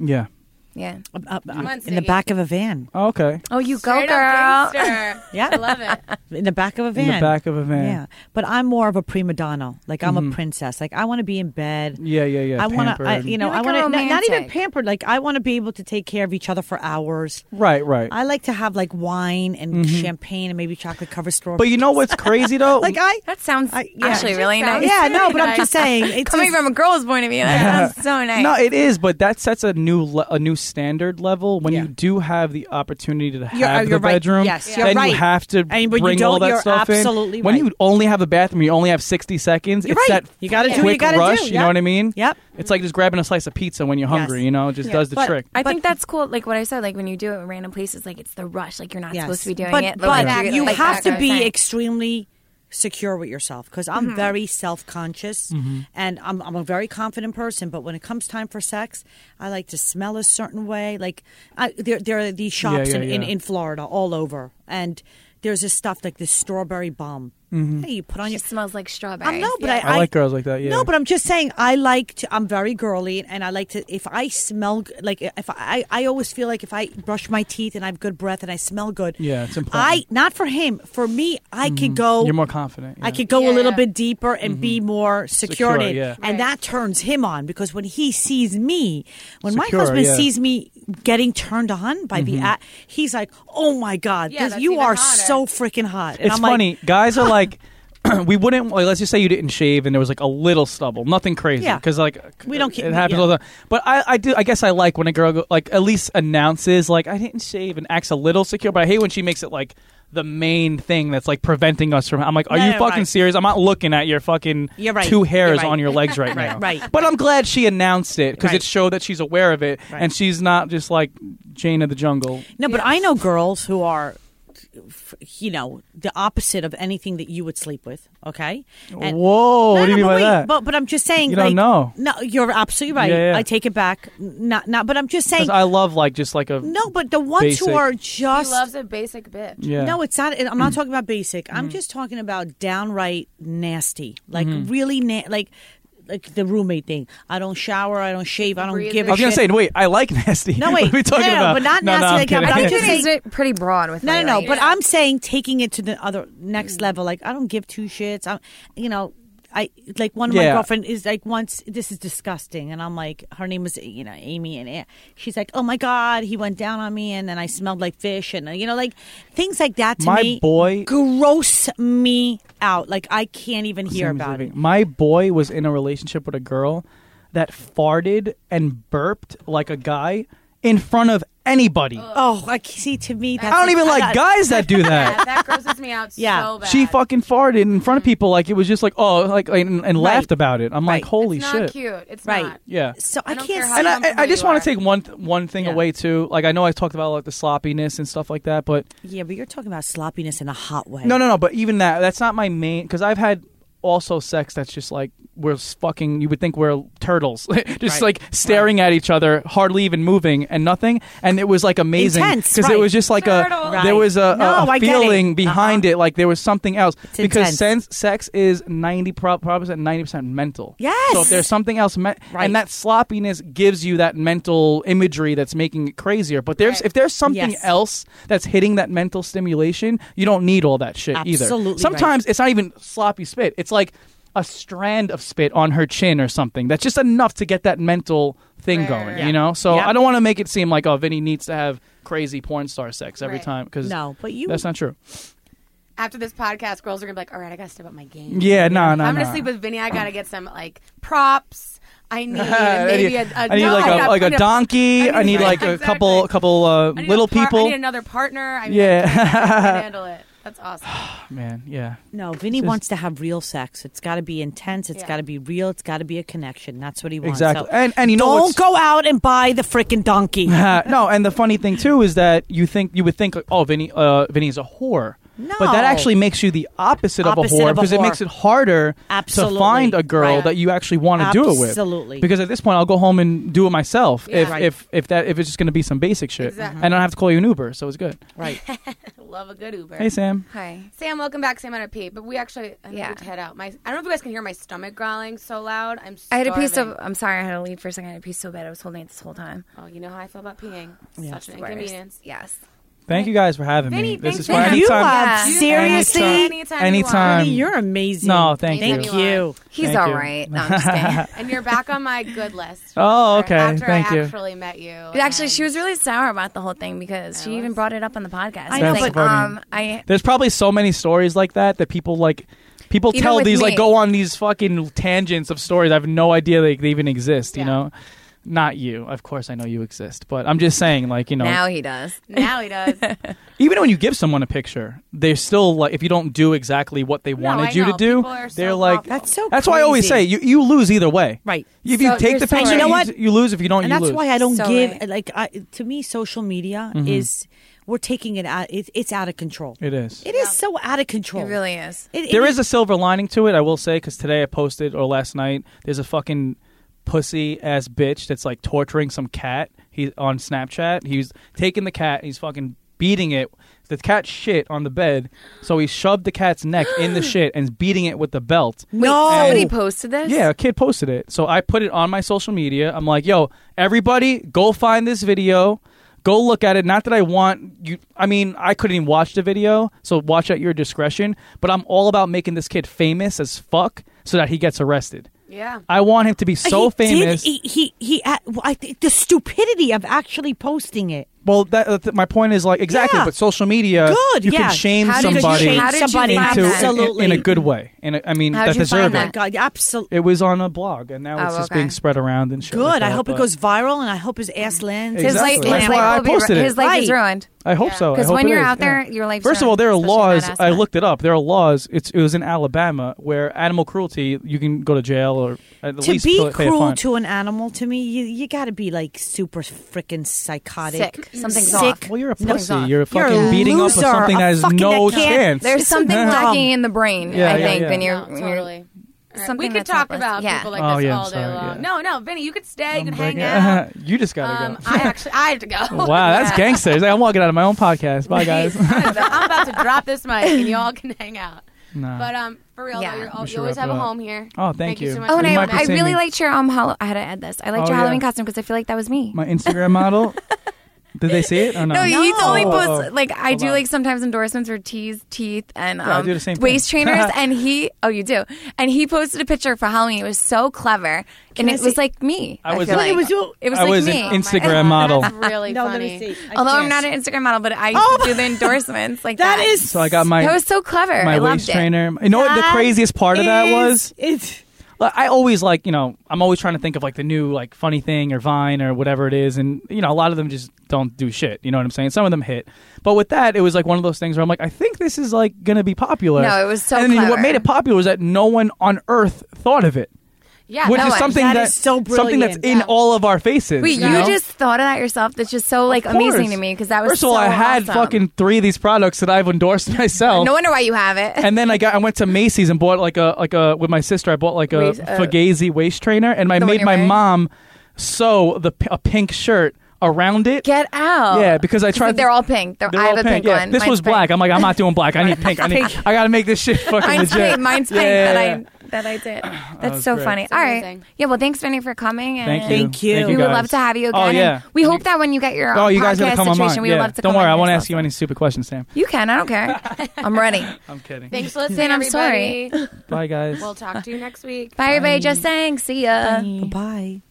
yeah.
yeah.
Um, um, um,
on,
in the
Siggy.
back of a van.
Oh, okay.
Oh, you
Straight
go,
up
girl.
gangster.
Yeah.
I love it.
In the back of a van.
In the back of a van.
Yeah, but I'm more of a prima donna. Like I'm a princess. Like I want to be in bed.
Yeah, yeah, yeah.
I want
Pampered.
to, you know,
You're
I
like a
want to not, not even
romantic.
pampered. Like I want to be able to take care of each other for hours.
Right, right.
I like to have like wine and champagne and maybe chocolate covered straw.
but you know what's crazy though?
like I,
That sounds
I- yeah.
actually
It
really
sounds-
nice.
yeah, no.
really
But I'm
nice.
just saying, it's
Coming
just-
from a girl's point of view, that sounds so nice.
no, it is, but that sets a new le- a new standard level when
Yeah.
you do have the opportunity to have
You're- uh,
the
you're right.
bedroom.
Yes,
then
you're right.
you have to
when you
bring all
don't,
that
you're
stuff
absolutely
in. When
right.
you only have a bathroom, you only have sixty seconds.
You're
it's
right.
that
You gotta do what
quick
you gotta do,
rush. You know
yeah.
what I mean?
Yep.
It's like just grabbing a slice of pizza when you're hungry.
Yes.
You know, it just
Yeah.
does the
But
trick.
I think that's cool. Like what I said, like when you do it in random places, like it's the rush. Like you're not
Yes.
supposed to be doing
but,
it.
But
like,
you're-
you
like
have
that's what
to
I'm
be
excited.
extremely secure with yourself because I'm
Mm-hmm.
very self conscious
Mm-hmm.
and I'm, I'm a very confident person. But when it comes time for sex, I like to smell a certain way. Like I, there, there are these shops
yeah,
in, In,
yeah.
in Florida all over, and there's this stuff like this strawberry bomb. Hey, you put on your
It smells like strawberry.
I'm no, but I,
Mm-hmm. I like girls like that, yeah.
No, but I'm just saying I like to. I'm very girly, and I like to. If I smell g- like if I, I always feel like if I brush my teeth and I have good breath and I smell good.
Yeah, it's important. Mm-hmm.
I not for him, for me. I could go.
You're more
I
confident. yeah. Mm-hmm.
could go
Yeah,
a little
yeah.
bit deeper and be more secure, in
Secure,
it.
yeah.
Right.
and that turns him on because when he sees me, when
Secure,
my husband
yeah. Mm-hmm.
sees me getting turned on by the, a- he's like, "Oh my god,
Yeah,
this-
that's
you
even
are
hotter.
so freaking hot." And
It's
I'm
funny.
Like,
guys are like, we wouldn't like let's just say you didn't shave and there was like a little stubble, nothing crazy.
Yeah.
because like
We don't keep-
it happens
yeah.
all the time. But I, I do I guess I like when a girl go, like at least announces like I didn't shave and acts a little secure. But I hate when she makes it like the main thing that's like preventing us from. I'm like, are
No,
you
no,
fucking
right.
serious? I'm not looking at your fucking
You're right.
two
You're
hairs
right.
on your legs right,
Right,
now.
right.
But I'm glad she announced it because
Right.
it showed that she's aware of it
Right.
and she's not just like Jane of the Jungle.
No, but I know girls who are, f- you know, the opposite of anything that you would sleep with. Okay. And-
Whoa,
No,
what do
no,
you mean
but
by
wait,
that?
But but I'm just saying.
You don't
like,
know.
No, you're absolutely right.
Yeah, yeah.
I take it back. Not not. But I'm just saying.
'Cause I love like just like a
no, but the ones
Basic.
who are
He
just
loves a basic bitch.
yeah. Mm.
no, it's not. I'm not talking about basic. I'm just talking about downright nasty, like
Mm-hmm.
really na- like like the roommate thing. I don't shower. I don't shave. I don't
Breathe
give
it.
a
I was gonna
shit.
say, wait, I like nasty.
No,
What
wait.
are we talking
No, no,
about?
but not nasty
I'm
like that,
kidding.
I
but I'm
think
just
it
saying-
is pretty broad with
No,
me,
no, no.
like-
But I'm saying taking it to the other next level. Like I don't give two shits. I'm, you know, I like one of my
Yeah.
girlfriend is like once this is disgusting, and I'm like her name was you know Amy, and eh, she's like, oh my god, he went down on me, and then I smelled like fish, and you know like things like that to
My
me.
boy-
gross me out. Like I can't even hear
Sam's
about
leaving.
it.
My boy was in a relationship with a girl that farted and burped like a guy in front of anybody.
Oh, I see. To me, that's
I don't even like guys that do
Yeah,
that.
that grosses me out
Yeah.
so bad.
She fucking farted in front of people like it was just like oh like and, and laughed about it. I'm like
Right.
holy
It's not
shit.
cute. It's
Right.
not.
Yeah.
So I,
I don't
can't.
care
see
how
and I, I,
comfortable
I just
you
want
are.
to take one th- one thing
Yeah.
away too. Like I know I talked about like the sloppiness and stuff like that, but
Yeah, but you're talking about sloppiness in a hot way.
No, no, no. But even that, that's not my main. Because I've had also sex that's just like we're s- fucking. You would think we're turtles,
Right.
just like staring at each other, hardly even moving and nothing. And it was like amazing
Intense,
it
right.
was just like
Turtle.
a
Right.
there was a, a-
No,
a
I get it.
feeling behind
Uh-huh.
it, like there was something else.
It's
because
intense.
sense sex is ninety pro- probably percent ninety percent mental.
Yes.
So if there's something else, me-
Right.
and that sloppiness gives you that mental imagery that's making it crazier. But there's if there's something
Yes.
else else that's hitting that mental stimulation, you don't need all that shit
Absolutely
either.
right.
Sometimes it's not even sloppy spit. It's like a strand of spit on her chin or something. That's just enough to get that mental thing
Right,
going,
right,
you
right.
know? So
Yeah.
I don't want to make it seem like oh Vinny needs to have crazy porn star sex every
Right.
time cuz
No, but you-
That's not true.
After this podcast, girls are gonna be like, "All right, I gotta step up my game."
Yeah, no, no,
I'm
no.
gonna sleep with Vinny. I gotta get some like props. I need
I
maybe
need,
a, a
I need
no,
like
I'm
a,
not
like a
putting
donkey. I need like a
Exactly.
couple couple uh,
I need
little
a par- I
people.
need another partner. I mean,
Yeah.
I
Uh-huh.
can handle it. That's awesome.
Man, yeah.
No, Vinny
just-
wants to have real sex. It's got to be intense. It's
Yeah.
got to be real. It's got to be a connection. That's what he wants.
Exactly.
So
And- and you know
don't
what's-
go out and buy the freaking donkey.
Uh, no, and the funny thing too is that you think you would think like, oh, Vinny, uh, Vinny is a whore. But that
No.
actually makes you the
Opposite
opposite, of a
of
whore
a
because it
whore.
makes it harder to
Absolutely.
find a girl
Right.
that you actually want to do it with.
Absolutely.
Because at this point, I'll go home and do it myself
Yeah.
if,
Right.
if if that if it's just going to be some basic shit,
Exactly.
and I don't have to call you an Uber, so it's good.
Right.
Love a good Uber.
Hey, Sam.
Hi.
Sam, welcome back. Sam, I had to pee, but we actually I
Yeah.
yeah. to head out. My, I don't know if you guys can hear my stomach growling so loud. I'm.
I had a piece of.
starving.
I'm sorry, I had to leave for a second. I had a piece so bad. I was holding it this whole time.
Oh, you know how I feel about peeing. Such an
Worst.
inconvenience.
Yes.
Thank you guys for having
Vinny,
me. This
thanks
is
for
fun.
having
you
Anytime-
are
Yeah.
seriously.
Anytime. Anytime. you want.
Anytime.
Honey, you're amazing.
No, thank
Thank
you.
you.
He's
Thank
all
you.
right. No, I'm just kidding.
And you're back on my good list.
Oh, okay.
After
Thank
I
you.
actually met you.
Actually,
and-
she was really sour about the whole thing because she even brought it up on the podcast.
I know,
Like,
but-
um, I
There's probably so many stories like that that people like. People
Even
tell
with
these like
me.
go on these fucking tangents of stories. I have no idea like they even exist. You
Yeah.
know, not you. Of course, I know you exist, but I'm just saying like you know,
now he does.
Now he does.
even when you give someone a picture, they're still like if you don't do exactly what they
I
wanted you
know.
to do,
People are so
they're like
awful.
That's so.
that's why I always say
crazy.
you you lose either way.
Right.
If you
So
take the
you're so
picture,
right. You know
what?
you lose. If you don't,
and
you
that's
lose. Mm-hmm.
why I don't
So
give
right.
like I, to me social media is we're taking it out. It, it's out of control.
it is.
It is so out of control.
It really is.
It,
There is a silver lining to it, I will say, because today I posted or last night. There's a fucking pussy ass bitch that's like torturing some cat. He on Snapchat. He's taking the cat. He's fucking beating it. The cat shit on the bed, so he shoved the cat's neck in the shit and is beating it with the belt.
Wait,
No.
somebody posted this.
Oh. Yeah, a kid posted it. So I put it on my social media. I'm like, yo, everybody, go find this video. Go look at it. Not that I want you. I mean, I couldn't even watch the video, so watch at your discretion. But I'm all about making this kid famous as fuck so that he gets arrested.
yeah.
I want him to be so
Uh, he did-
famous.
he he, he, I- I think the stupidity of actually posting it.
Well, that, uh, th- my point is like exactly.
Yeah.
But social media,
Good,
Uh, you
yeah.
can shame
How did you
somebody
shame- how did you
somebody
find
into
that?
in-
absolutely Oh
in, a good way. And I mean,
How
that
did you
deserve
find
it.
that?
God, absolutely.
It was on a blog, and now it's
Oh,
just
okay.
being spread around and shit. like
Good. I
that,
hope it
but
goes viral, and I hope his ass lands.
His
Exactly.
life, his
That's
life,
why I
will be,
posted
ru-
it.
his life is
Right.
ruined.
I hope
Yeah.
so. I
Because
hope
when
it
you're
is,
out there,
yeah.
your life's
First of
ruined,
all, there are
especially
laws.
not
I
asthma.
looked it up. There are laws. It's it was in Alabama where animal cruelty you can go to jail or at
to
least
be
pay a
cruel
fine.
to an animal to me you, you got to be like super freaking psychotic
sick. Something's
sick.
off.
well, you're a
No,
pussy.
it's not.
You're
You're a
fucking beating
loser,
up with something
a
that has
fucking-
no
that can't-
chance.
There's
It's so
something
dumb.
lacking in the brain.
Yeah,
I
yeah,
think
yeah.
when you're,
No,
when you're-
totally. All right, We
something
could
that's not
talk about
worth- yeah.
people like
Oh,
this
yeah,
all day
sorry,
long.
yeah.
No, no, Vinny, you could stay. You
I'm
could
like,
hang out.
you just gotta
Um,
go.
I actually, I had to go.
Wow, that's gangster. He's like, I'm walking out of my own podcast. Bye, guys.
I'm about to drop this mic, and y'all can hang out.
Nah.
But um, for real,
Yeah.
though, you're, al-
We should
you always
wrap
have
it
a
up.
home here.
Oh, thank
you.
you.
so much.
Oh,
for
and
You
I,
coming.
might be
I
seeing
really
me.
liked your um. Hall- I had to add this. I liked
Oh,
your Halloween
yeah.
costume because I feel like that was me.
my Instagram model. Did they see it? Oh, no,
No, you only
Oh,
post
oh.
like I
Hold
do
on.
like sometimes endorsements for tees, teeth, and
Yeah, I
um,
do the same
waist
thing.
trainers. and he, oh, you do. And he posted a picture for Halloween. It was so clever, and
I
it was
see-
like me.
I
I,
was
feel
a-
like
It was you-
It was
I
like
was an
me.
Oh, my
Instagram
God,
model.
That's really
no
funny.
let me see I
Although I'm
can't.
not an Instagram model, but I used
Oh.
to do the endorsements like that.
that is
So I got Uh, my
that was so clever.
my
I loved
waist
it.
trainer. You know what the
That
craziest part of that
is-
was?
it's
Like, I always like you know I'm always trying to think of like the new like funny thing or Vine or whatever it is, and you know a lot of them just don't do shit. You know what I'm saying? Some of them hit, but with that it was like one of those things where I'm like, I think this is like gonna be popular.
No, it was so
And then
clever.
what made it popular was that no one on earth thought of it,
Yeah,
which
no
is
one.
something
That
that,
is so
something that's
brilliant.
in
Yeah.
all of our faces.
Wait, you,
know?
just thought of that yourself? That's just so like
Of course.
amazing to me because that was
First of all,
so
I had
awesome.
fucking three of these products that I've endorsed myself.
No wonder why you have it.
and then I got I went to Macy's and bought like a like a with my sister I bought like a
Waist- uh,
Fugazi waist trainer and I
The one
made
you're
my
wearing?
mom sew the p- a pink shirt around it.
Get out.
yeah, because I tried.
They're all pink. They're,
they're
I
all
have a pink,
yeah.
one.
This
Mine's
was
pink.
black. I'm like, I'm not doing black. I need pink. I need. I gotta make this shit fucking
Mine's
legit.
pink. Mine's pink
Yeah.
that I that I did. That's
was
so
great.
funny.
It's
All right.
amazing.
Yeah. Well, thanks, Vinny, for coming. And
Thank you.
Thank you.
We would
guys.
love to have you again.
Oh
and
yeah.
We hope that when you get your um,
Oh, you
podcast
guys gotta come on
situation,
mine.
we would
yeah.
love to.
Don't
come
worry,
on
I won't
yours
ask you
also.
any stupid questions, Sam.
You can. I don't care. I'm ready.
I'm kidding.
Thanks for listening,
Vin, I'm sorry.
everybody.
Bye, guys.
We'll talk to you next week.
Bye, everybody. Just saying. See ya.
bye